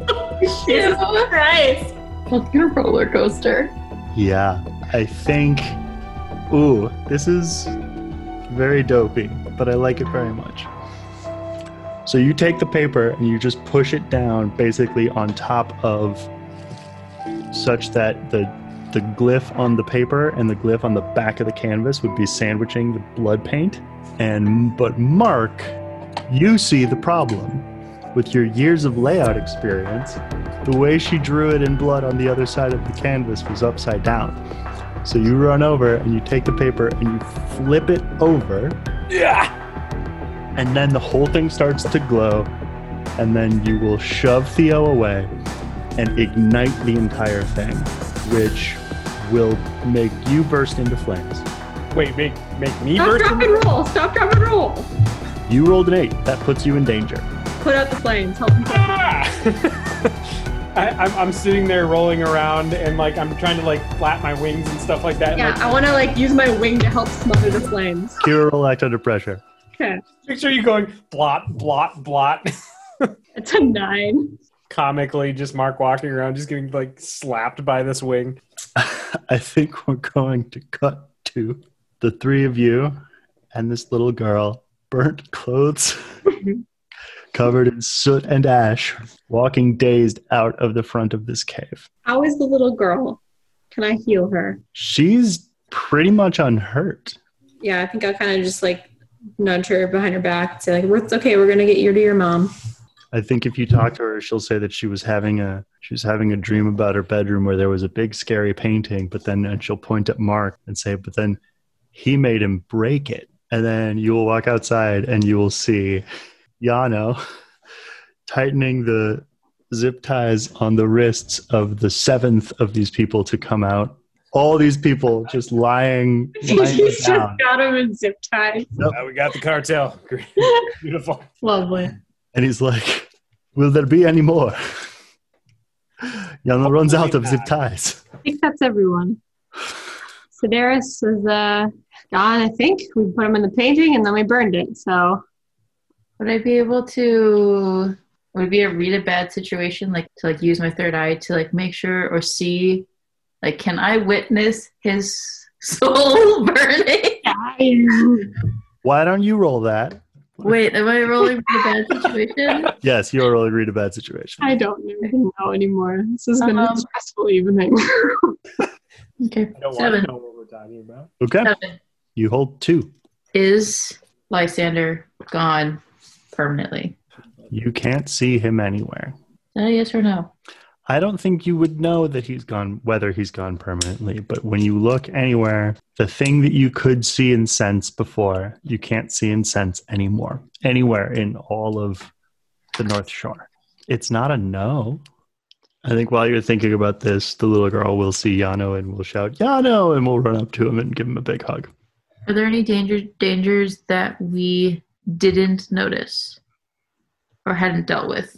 Jesus Christ! Fucking roller coaster. Yeah, I think. Ooh, this is very dopey, but I like it very much. So you take the paper and you just push it down basically on top of such that the the glyph on the paper and the glyph on the back of the canvas would be sandwiching the blood paint. And but Mark, you see the problem with your years of layout experience. The way she drew it in blood on the other side of the canvas was upside down. So you run over and you take the paper and you flip it over. And then the whole thing starts to glow. And then you will shove Theo away and ignite the entire thing, which will make you burst into flames. Wait, make make me Stop, burst. drop, and roll! Stop, drop, and roll! You rolled an eight. That puts you in danger. Put out the flames. Help me. Ah! I, I'm, I'm sitting there rolling around and like I'm trying to like flap my wings and stuff like that. Yeah, Like, I want to like use my wing to help smother the flames. Kira will act under pressure. Okay, picture you going blot, blot, blot. it's a nine. Comically, just Mark walking around, just getting like slapped by this wing. I think we're going to cut to the three of you and this little girl, burnt clothes, covered in soot and ash, walking dazed out of the front of this cave. How is the little girl? Can I heal her? She's pretty much unhurt. Yeah, I think I'll kind of just like nudge her behind her back. Say like, "We're- "It's okay. We're gonna get you to your mom." I think if you talk to her, she'll say that she was having a she was having a dream about her bedroom where there was a big scary painting, but then and she'll point at Mark and say, "But then he made him break it." And then you will walk outside and you will see Yano tightening the zip ties on the wrists of the seventh of these people to come out. All these people just lying, lying She's just down. got him in zip ties. Ah, we got the cartel. Great. Beautiful. Lovely. And he's like, Will there be any more? Yano runs out of zip ties. I think that's everyone. Sedaris is uh, gone, I think. We put him in the painting and then we burned it. So Would I be able to? Would it be a really bad situation, like to like use my third eye to like make sure or see, Like, can I witness his soul burning? Why don't you roll that? Wait, am I rolling for the bad situation? Yes, you'll roll agreed a bad situation. I don't even know anymore. This has been Uh-huh. a Um, stressful evening. Okay. I don't want Seven. to know what we're talking about. Okay. Seven. You hold two. Is Lysander gone permanently? You can't see him anywhere. Is that a yes or no? I don't think you would know that he's gone, whether he's gone permanently, but when you look anywhere, the thing that you could see and sense before, you can't see and sense anymore, anywhere in all of the North Shore. It's not a no. I think while you're thinking about this, the little girl will see Yano and will shout, Yano, and we'll run up to him and give him a big hug. Are there any danger, dangers that we didn't notice or hadn't dealt with?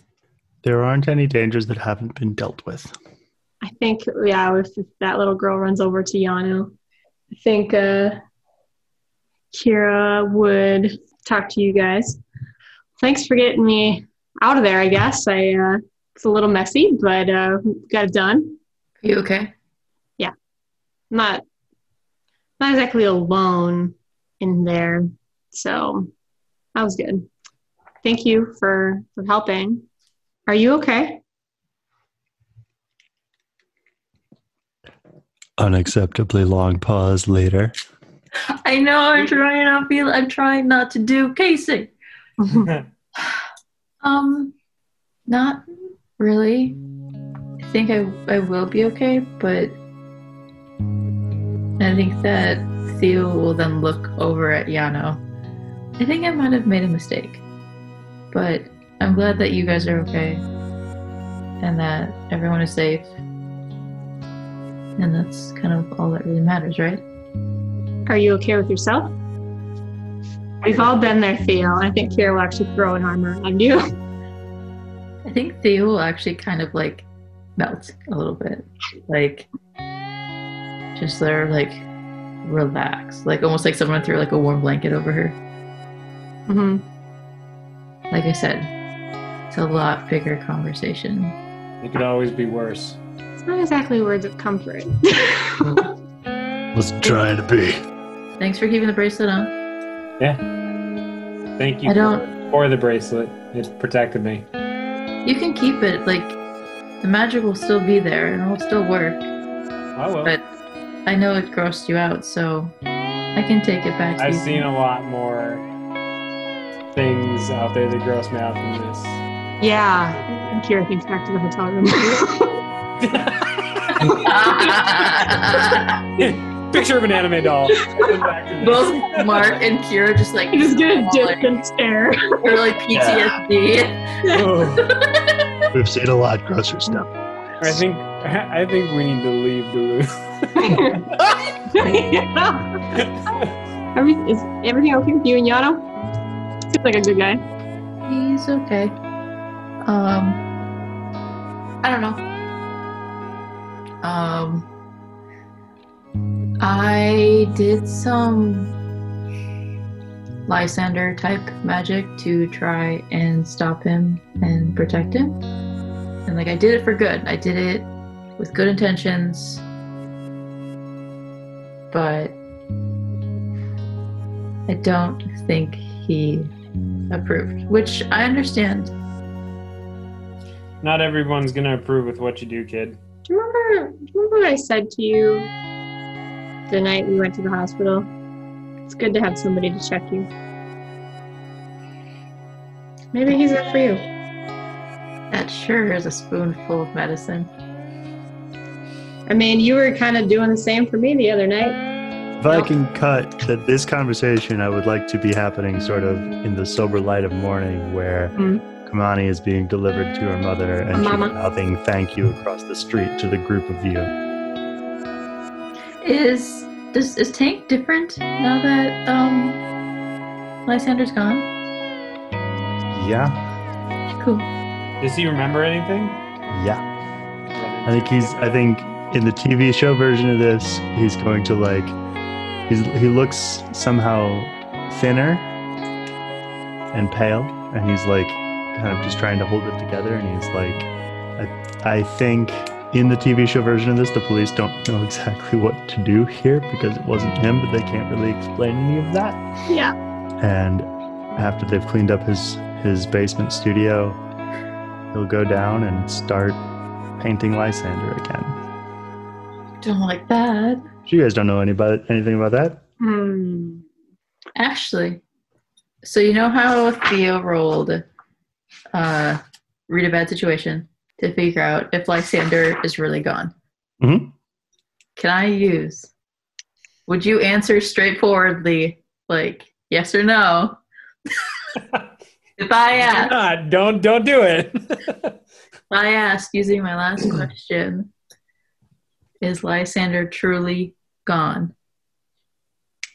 There aren't any dangers that haven't been dealt with. I think, yeah, if, if that little girl runs over to Yano, I think uh, Kira would talk to you guys. Thanks for getting me out of there, I guess. I uh, It's a little messy, but uh, got it done. Are you okay? not not exactly alone in there. So that was good. Thank you for for helping. Are you okay? Unacceptably long pause later. I know I'm trying not feel I'm trying not to do casing. Um not really. I think I I will be okay, but I think that Theo will then look over at Yano. I think I might have made a mistake. But I'm glad that you guys are okay. And that everyone is safe. And that's kind of all that really matters, right? Are you okay with yourself? We've all been there, Theo. I think Kira will actually throw an arm around you. I think Theo will actually kind of like melt a little bit. Like just let her like relax. Like almost like someone threw like a warm blanket over her. hmm Like I said, it's a lot bigger conversation. It could always be worse. It's not exactly words of comfort. Let's try to be. Thanks for keeping the bracelet on. Thank you I don't for the bracelet. It protected me. you can keep it, like the magic will still be there and it'll still work. I will. But I know it grossed you out, so I can take it back to I've you. seen a lot more things out there that gross me out than this. yeah. And Kira thinks back to the hotel room. Picture of an anime doll. Both Mark and Kira just like you just get a smiling. distant stare. or like PTSD. Oh, We've seen a lot grosser stuff. I think I think we need to leave Duluth. Every, is everything okay with you and Yano? Seems like a good guy. He's okay. Um, I don't know. Um, I did some Lysander type magic to try and stop him and protect him. And like I did it for good. I did it with good intentions. But I don't think he approved, which I understand. Not everyone's gonna approve with what you do, kid. Do you remember, do you remember what I said to you the night we went to the hospital? It's good to have somebody to check you. Maybe he's there for you. That sure is a spoonful of medicine. I mean, you were kind of doing the same for me the other night. If I can cut that this conversation, I would like to be happening sort of in the sober light of morning where Mm. Kamani is being delivered to her mother and she's Mama. mouthing thank you across the street to the group of you. Is does is Tank different now that um Lysander's gone? Yeah, Cool. Does he remember anything? yeah. I think he's, I think in the TV show version of this, he's going to like, he's, he looks somehow thinner and pale and he's like kind of just trying to hold it together and he's like, I, I think In the TV show version of this, the police don't know exactly what to do here because it wasn't him, but they can't really explain any of that. Yeah. And after they've cleaned up his his basement studio, he'll go down and start painting Lysander again. Don't like that. So you guys don't know any about anything about that? Hmm. Actually, so you know how Theo rolled uh, read a bad situation to figure out if Lysander is really gone? Mhm. Can I use? Would you answer straightforwardly, like yes or no? if I ask, Not, Ah, don't don't do it. I asked using my last question Is Lysander truly gone?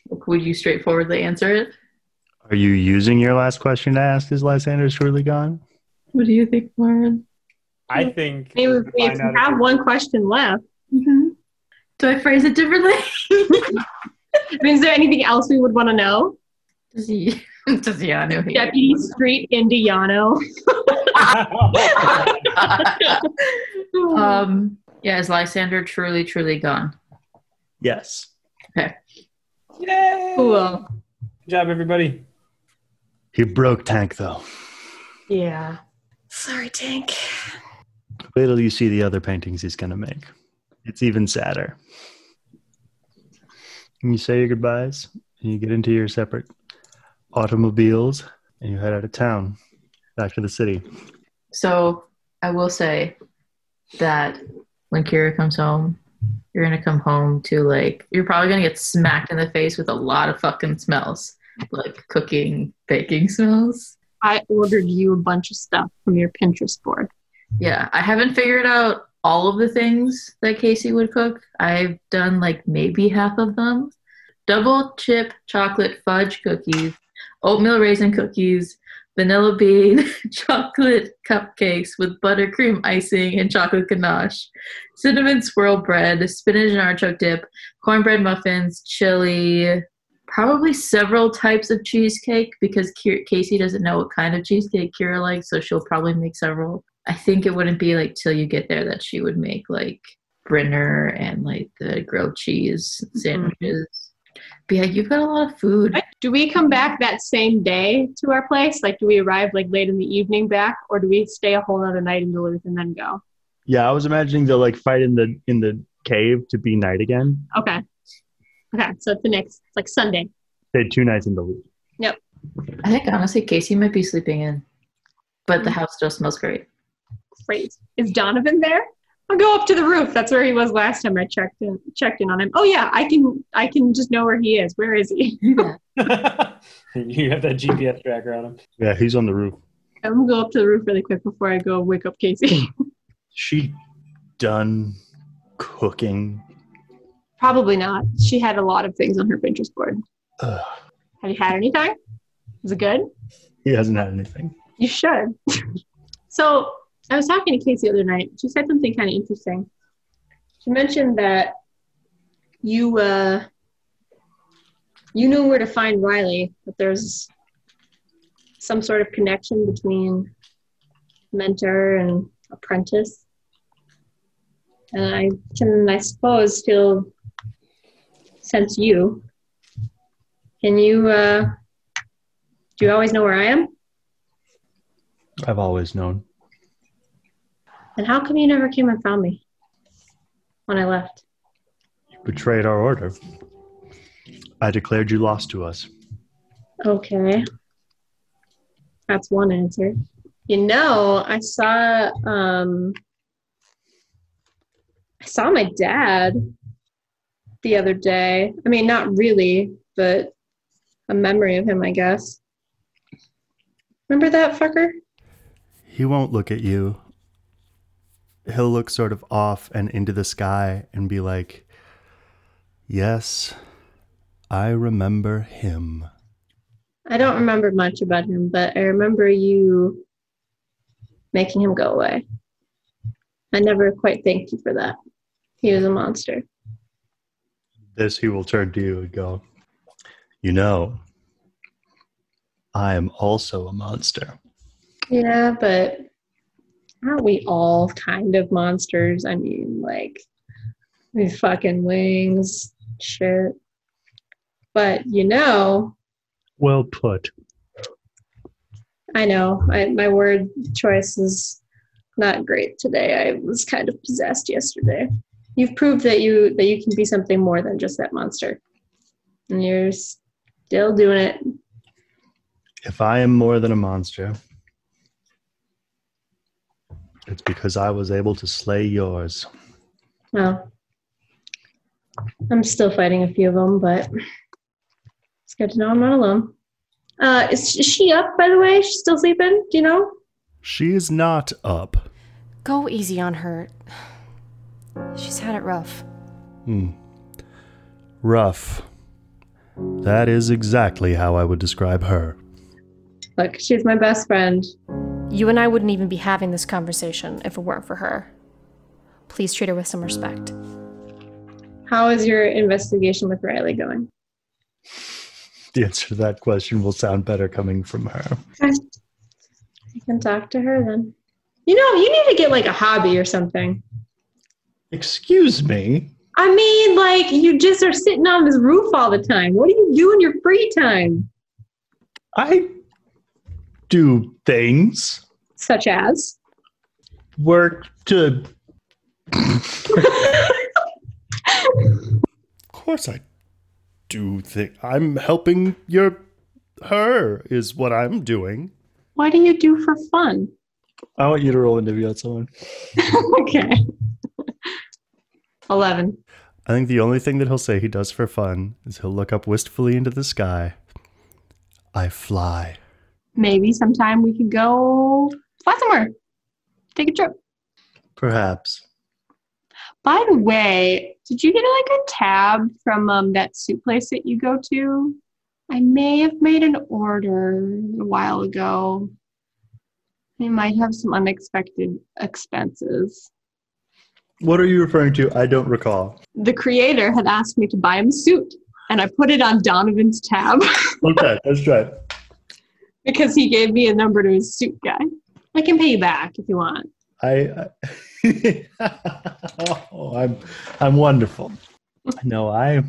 Like, would you straightforwardly answer it? Are you using your last question to ask is Lysander surely gone? What do you think, Lauren? I think Maybe if we Find out if have one question left. Mm-hmm. Do I phrase it differently? I mean, is there anything else we would want to know? Does he? Does he know who he is? Deputy Street Indiano. um, yeah, is Lysander truly, truly gone? Yes. Yay! Cool. Good job, everybody. He broke Tank though. yeah. Sorry, Tank. Wait till you see the other paintings he's gonna make. It's even sadder. And you say your goodbyes, and you get into your separate automobiles, and you head out of town, back to the city. So I will say that when Kira comes home, you're gonna come home to like you're probably gonna get smacked in the face with a lot of fucking smells, like cooking, baking smells. I ordered you a bunch of stuff from your Pinterest board. Yeah, I haven't figured out all of the things that Casey would cook. I've done like maybe half of them. Double chip chocolate fudge cookies, oatmeal raisin cookies, vanilla bean chocolate cupcakes with buttercream icing and chocolate ganache, cinnamon swirl bread, spinach and artichoke dip, cornbread muffins, chili, probably several types of cheesecake because Ki- Casey doesn't know what kind of cheesecake Kira likes, so she'll probably make several. I think it wouldn't be like till you get there that she would make like Brenner and like the grilled cheese sandwiches. But yeah, you've got a lot of food. Do we come back that same day to our place? Like, do we arrive like late in the evening back, or do we stay a whole other night in Duluth and then go? Yeah, I was imagining they'll like fight in the in the cave to be night again. Okay. Okay, so it's the next, it's like Sunday. Stay two nights in the loop. I think honestly, Casey might be sleeping in, but the house still smells great. Great. Is Donovan there? I'll go up to the roof. That's where he was last time I checked in, checked in on him. Oh yeah, I can I can just know where he is. Where is he? you have that GPS tracker on him. Yeah, he's on the roof. I'm gonna go up to the roof really quick before I go wake up Casey. She done cooking. Probably not. She had a lot of things on her Pinterest board. Ugh. Have you had anything? Is it good? He hasn't had anything. You should. so I was talking to Casey the other night. She said something kind of interesting. She mentioned that you uh, you knew where to find Riley, that there's some sort of connection between mentor and apprentice. And I can, I suppose, feel sense you. Can you? Uh, do you always know where I am? I've always known. And how come you never came and found me when I left? You betrayed our order. I declared you lost to us. Okay. That's one answer. You know, I saw um I saw my dad the other day. I mean, not really, but a memory of him, I guess. Remember that fucker? He won't look at you. He'll look sort of off and into the sky and be like, Yes, I remember him. I don't remember much about him, but I remember you making him go away. I never quite thanked you for that. He was a monster. This he will turn to you and go, You know, I am also a monster. Yeah, but Aren't we all kind of monsters? I mean, like, we fucking wings, shit. But you know, Well put. I know I, my word choice is not great today. I was kind of possessed yesterday. You've proved that you that you can be something more than just that monster, and you're still doing it. If I am more than a monster, it's because I was able to slay yours. Well, I'm still fighting a few of them, but it's good to know I'm not alone. Uh, is sh- is she up, by the way? She's still sleeping? Do you know? She is not up. Go easy on her. She's had it rough. Hmm. Rough. That is exactly how I would describe her. Look, she's my best friend. You and I wouldn't even be having this conversation if it weren't for her. Please treat her with some respect. How is your investigation with Riley going? The answer to that question will sound better coming from her. You can talk to her then. You know, you need to get like a hobby or something. Excuse me. I mean, like, you just are sitting on this roof all the time. What do you do in your free time? I do things. Such as? Work to Of course I do think I'm helping your her is what I'm doing. What do you do for fun? I want you to roll interview on someone. okay. 11. I think the only thing that he'll say he does for fun is he'll look up wistfully into the sky. I fly. Maybe sometime we could go fly somewhere, take a trip. Perhaps. By the way, did you get like a tab from um, that soup place that you go to? I may have made an order a while ago. They might have some unexpected expenses. What are you referring to? I don't recall. The creator had asked me to buy him a suit, and I put it on Donovan's tab Okay, let's try it. because he gave me a number to his suit guy. I can pay you back if you want. I, I oh, I'm I'm wonderful. No, I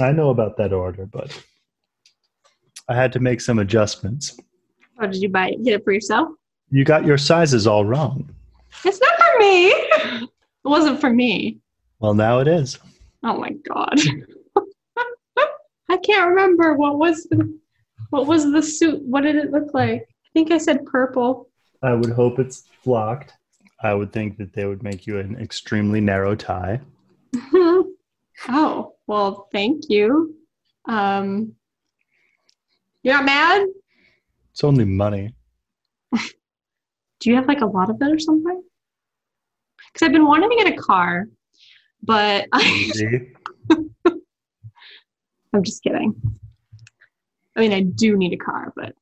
I know about that order, but I had to make some adjustments. Or Oh, did you buy it? Get it for yourself? You got your sizes all wrong. It's not for me. It wasn't for me. Well, now it is. Oh my god. I can't remember what was the what was the suit? What did it look like? I think I said purple. I would hope it's blocked. I would think that they would make you an extremely narrow tie. oh, well, thank you. Um You're not mad? It's only money. Do you have like a lot of it or something? Cuz I've been wanting to get a car, but I See? I'm just kidding. I mean, I do need a car, but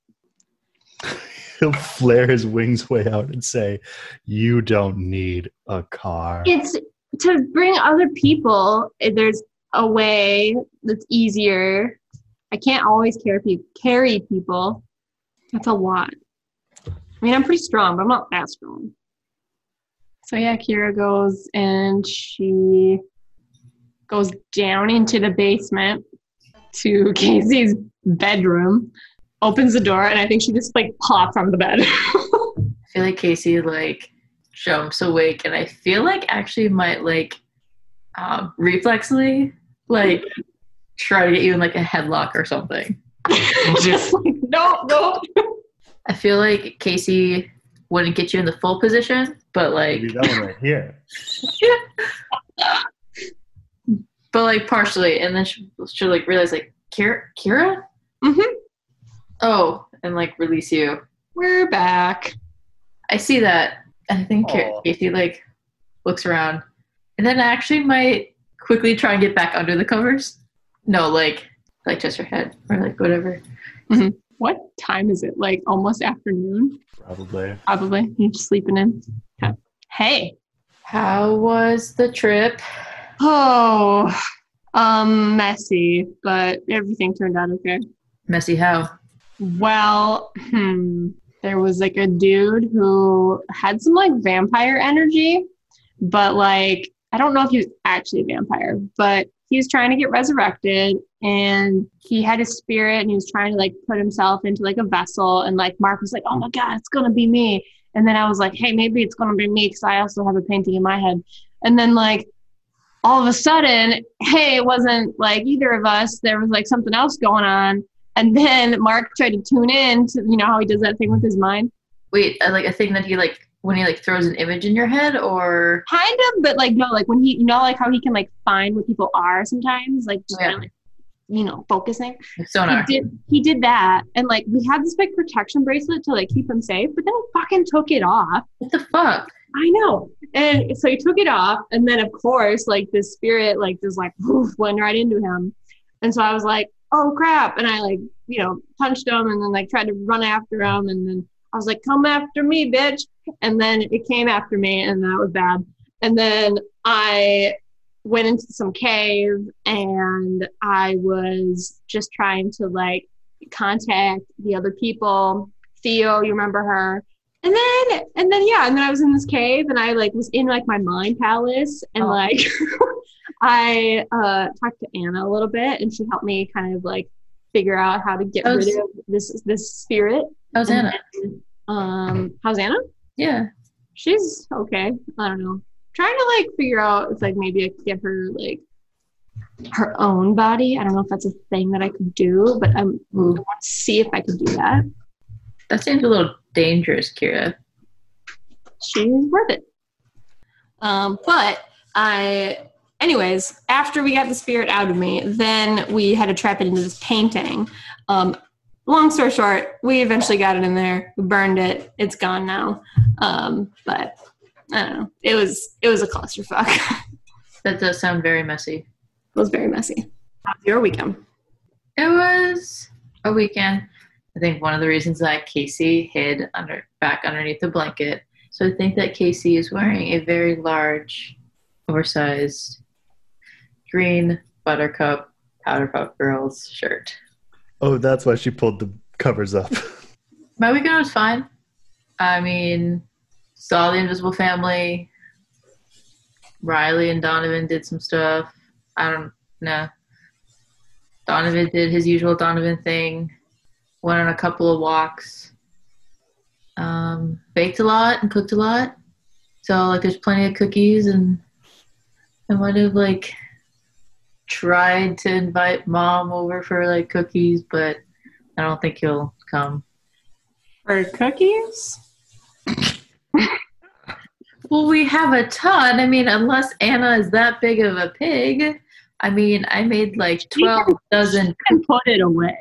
He'll flare his wings way out and say, "You don't need a car." it's to bring other people eh, there's a way that's easier i can't always carry, pe- carry people that's a lot i mean i'm pretty strong but i'm not that strong so Oh, yeah kira goes and she goes down into the basement to casey's bedroom opens the door and i think she just like pops on the bed I feel like Casey like jumps awake, and I feel like actually might like um, reflexly like try to get you in like a headlock or something. just like no no I feel like Casey wouldn't get you in the full position, but like Maybe that one right here. but like partially, and then she, she'll like realize like Kira, Kira, Mhm. oh, and like release you. we're back I see that. And I think Aw. Kira, Casey like looks around, and then actually might quickly try and get back under the covers. No, like like just her head or like whatever. What time is it? Like almost afternoon, Probably. probably. You're sleeping in. Yeah. Hey. How was the trip? Oh, um, messy, but everything turned out okay. Messy how? Well, hmm, there was like a dude who had some like vampire energy, but like I don't know if he was actually a vampire, but he was trying to get resurrected and he had his spirit and he was trying to like put himself into like a vessel and like Mark was like, Oh my god, it's gonna be me. And then I was like, Hey, maybe it's gonna be me because I also have a painting in my head. And then like all of a sudden, hey, it wasn't like either of us. There was like something else going on. And then Mark tried to tune in to you know how he does that thing with his mind. Wait, uh, like a thing that he like when he like throws an image in your head, or Kind of, but like no, like when he you know like how he can like find what people are sometimes, like just Yeah. kinda, like, you know, focusing. like sonar. He did he did that and like we had this big protection bracelet to like keep him safe, but then he fucking took it off. What the fuck? I know. And so he took it off, and then of course, like this spirit, like just like poof, went right into him. And so I was like, "Oh crap!" And I like, you know, punched him, and then like tried to run after him, and then I was like, "Come after me, bitch!" And then it came after me, and that was bad. And then I went into some cave, and I was just trying to like contact the other people. Theo, you remember her? And then, and then, yeah, and then I was in this cave, and I like was in like my mind palace, and Oh. like I uh, talked to Anna a little bit, and she helped me kind of like figure out how to get How's- rid of this this spirit. How's And Anna? then, um, how's Anna? Yeah. She's okay. I don't know. Trying to like figure out if like maybe I could get her like her own body. I don't know if that's a thing that I could do, but I'm I want to see if I could do that. That seems a little dangerous, Kira. She's worth it. Um, but I, anyways, after we got the spirit out of me, then we had to trap it into this painting. Um, long story short, we eventually got it in there. We burned it. It's gone now. Um, but I don't know. It was it was a clusterfuck. it That does sound very messy. was very messy. How's your weekend? It was a weekend. I think one of the reasons that Casey hid under back underneath the blanket. So I think that Casey is wearing a very large, oversized green buttercup Powderpuff Girls shirt. Oh, that's why she pulled the covers up. My weekend was fine. I mean, saw the Invisible Family. Riley and Donovan did some stuff. I don't know. Donovan did his usual Donovan thing. Went on a couple of walks. Um, baked a lot and cooked a lot. So like, there's plenty of cookies and I might have like tried to invite mom over for like cookies, but I don't think he'll come. For cookies? Well, we have a ton. I mean, unless Anna is that big of a pig. I mean, I made like 12 dozen. And put it away.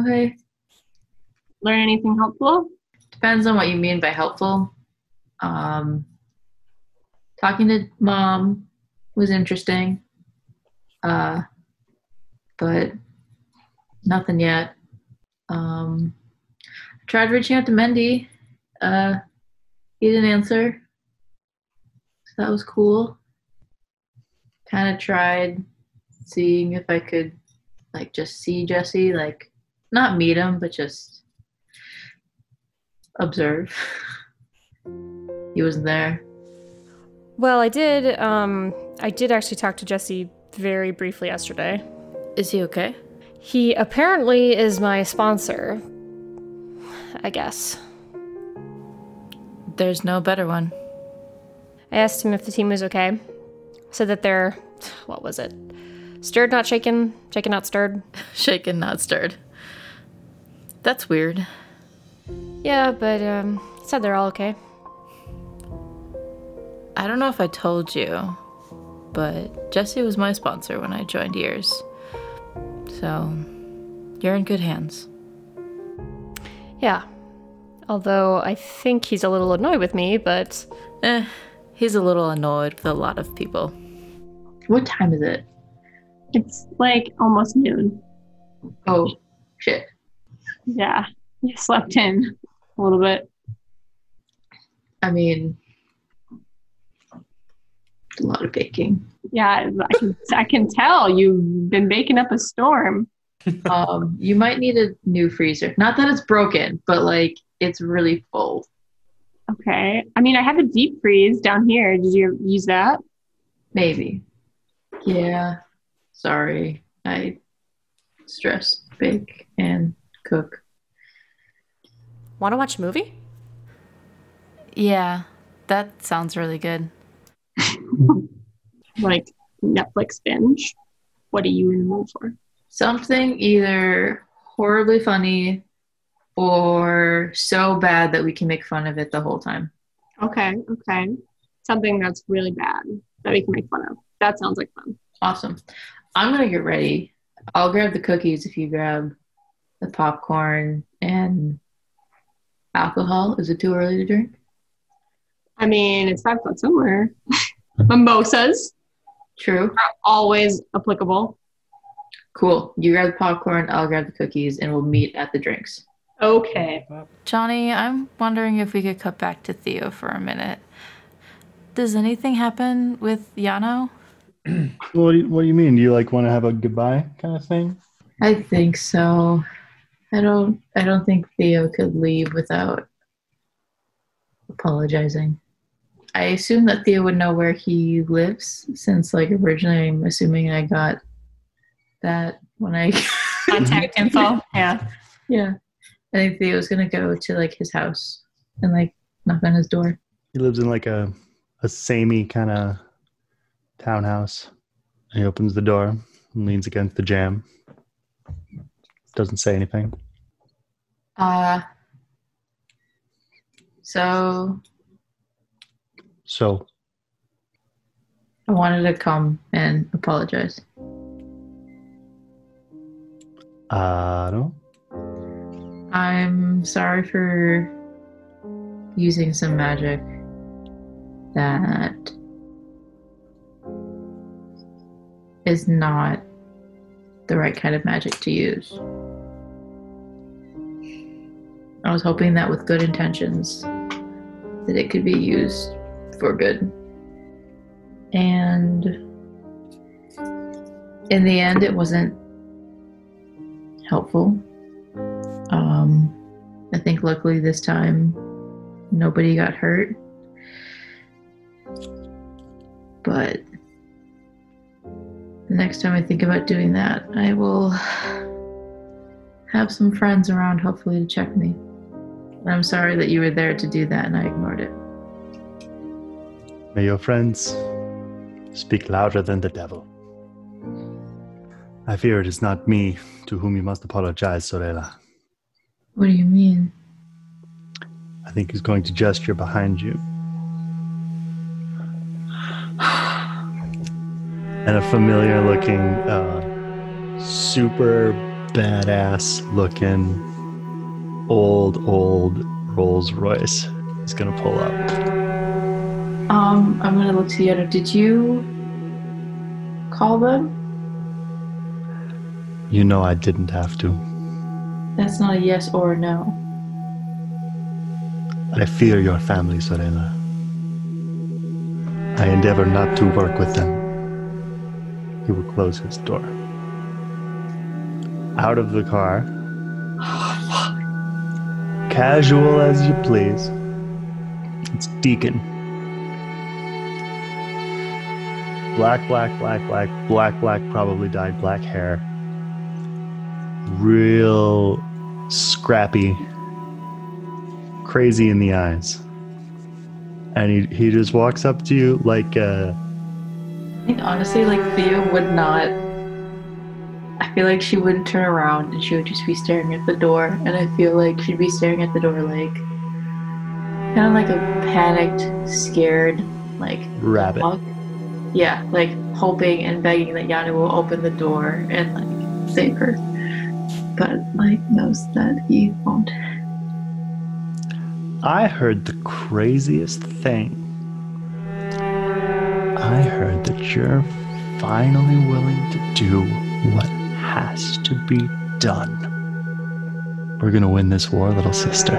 Okay. Learn anything helpful? Depends on what you mean by helpful. Um, talking to mom was interesting. Uh, but nothing yet. Um, I tried reaching out to Mendy. Uh, he didn't answer. So that was cool. Kind of tried seeing if I could, like, just see Jesse, like, not meet him, but just observe. he wasn't there. Well, I did. Um, I did actually talk to Jesse very briefly yesterday. Is he okay? He apparently is my sponsor. I guess. There's no better one. I asked him if the team was okay. Said that they're what was it? Stirred not shaken, shaken not stirred. Shaken, not stirred. That's weird. Yeah, but um he said they're all okay. I don't know if I told you, but Jesse was my sponsor when I joined yours. So, you're in good hands. Yeah. Although I think he's a little annoyed with me, but Eh, he's a little annoyed with a lot of people. What time is it? It's like almost noon. Oh, shit. Yeah, you slept in a little bit. I mean, a lot of baking. Yeah, I can, I can tell you've been baking up a storm. um, you might need a new freezer. Not that it's broken, but like it's really full. Okay. I mean, I have a deep freeze down here. Did you use that? Maybe. Yeah. Sorry. I stress, bake, and cook. Want to watch a movie? Yeah, that sounds really good. Like Netflix binge? What are you in the mood for? Something either horribly funny or so bad that we can make fun of it the whole time. Okay. Okay. Something that's really bad that we can make fun of. That sounds like fun. Awesome. I'm going to get ready. I'll grab the cookies if you grab the popcorn and alcohol. Is it too early to drink? I mean, it's five foot somewhere. Mimosas True. are always applicable. Cool. You grab the popcorn, I'll grab the cookies, and we'll meet at the drinks. Okay. Johnny, I'm wondering if we could cut back to Theo for a minute. Does anything happen with Yano? What do you, what do you mean? Do you like want to have a goodbye kind of thing? I think so. I don't I don't think Theo could leave without apologizing. I assume that Theo would know where he lives since like originally I'm assuming I got that when I Contact info. Yeah. Yeah. I think Theo's gonna go to like his house and like knock on his door. He lives in like a a samey kind of townhouse. He opens the door and leans against the jam. Doesn't say anything. Uh so So I wanted to come and apologize. I don't. know. I'm sorry for using some magic that is not the right kind of magic to use. I was hoping that with good intentions that it could be used for good. And in the end it wasn't helpful. Um, I think luckily this time nobody got hurt. But the next time I think about doing that, I will have some friends around hopefully to check me. And I'm sorry that you were there to do that and I ignored it. May your friends speak louder than the devil. I fear it is not me to whom you must apologize, Sorella. What do you mean? I think he's going to gesture behind you. And a familiar looking, uh, super badass looking old, old Rolls Royce is going to pull up. Um, I'm gonna look to the other. Did you call them? You know I didn't have to. That's not a yes or a no. I fear your family, Sorella. I endeavor not to work with them. He will close his door. Out of the car. Casual as you please. It's Deacon. Black, black, black, black, black, black, probably dyed black hair. Real scrappy. Crazy in the eyes. And he, he just walks up to you like uh I think honestly, like Thea would not. I feel like she wouldn't turn around and she would just be staring at the door. And I feel like she'd be staring at the door like kind of like a panicked, scared, like rabbit. dog. Yeah, like hoping and begging that Yana will open the door and like save her. But like knows that he won't. I heard the craziest thing. I heard that you're finally willing to do what has to be done. We're gonna win this war, little sister.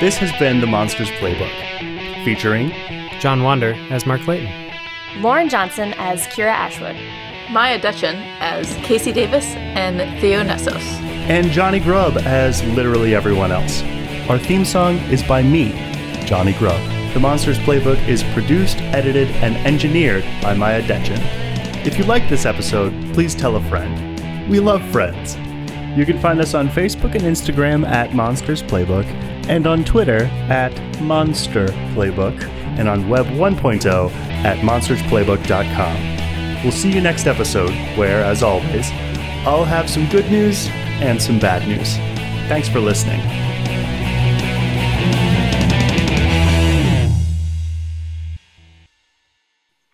This has been The Monsters Playbook, featuring John Wander as Mark Clayton. Lauren Johnson as Kira Ashwood. Maya Dutchin as Casey Davis and Theo Nessos. and Johnny Grubb as literally everyone else. Our theme song is by me, Johnny Grubb. The Monsters Playbook is produced, edited, and engineered by Maya Detchen. If you like this episode, please tell a friend. We love friends. You can find us on Facebook and Instagram at Monsters Playbook, and on Twitter at Monster Playbook, and on Web 1.0 at monstersplaybook.com. We'll see you next episode, where, as always, I'll have some good news and some bad news. Thanks for listening.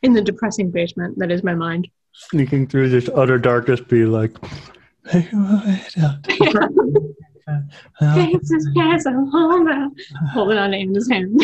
in the depressing basement that is my mind. Sneaking through this utter darkness, be like, Thanks, this guy's a homo. Holding on to Amanda's hand.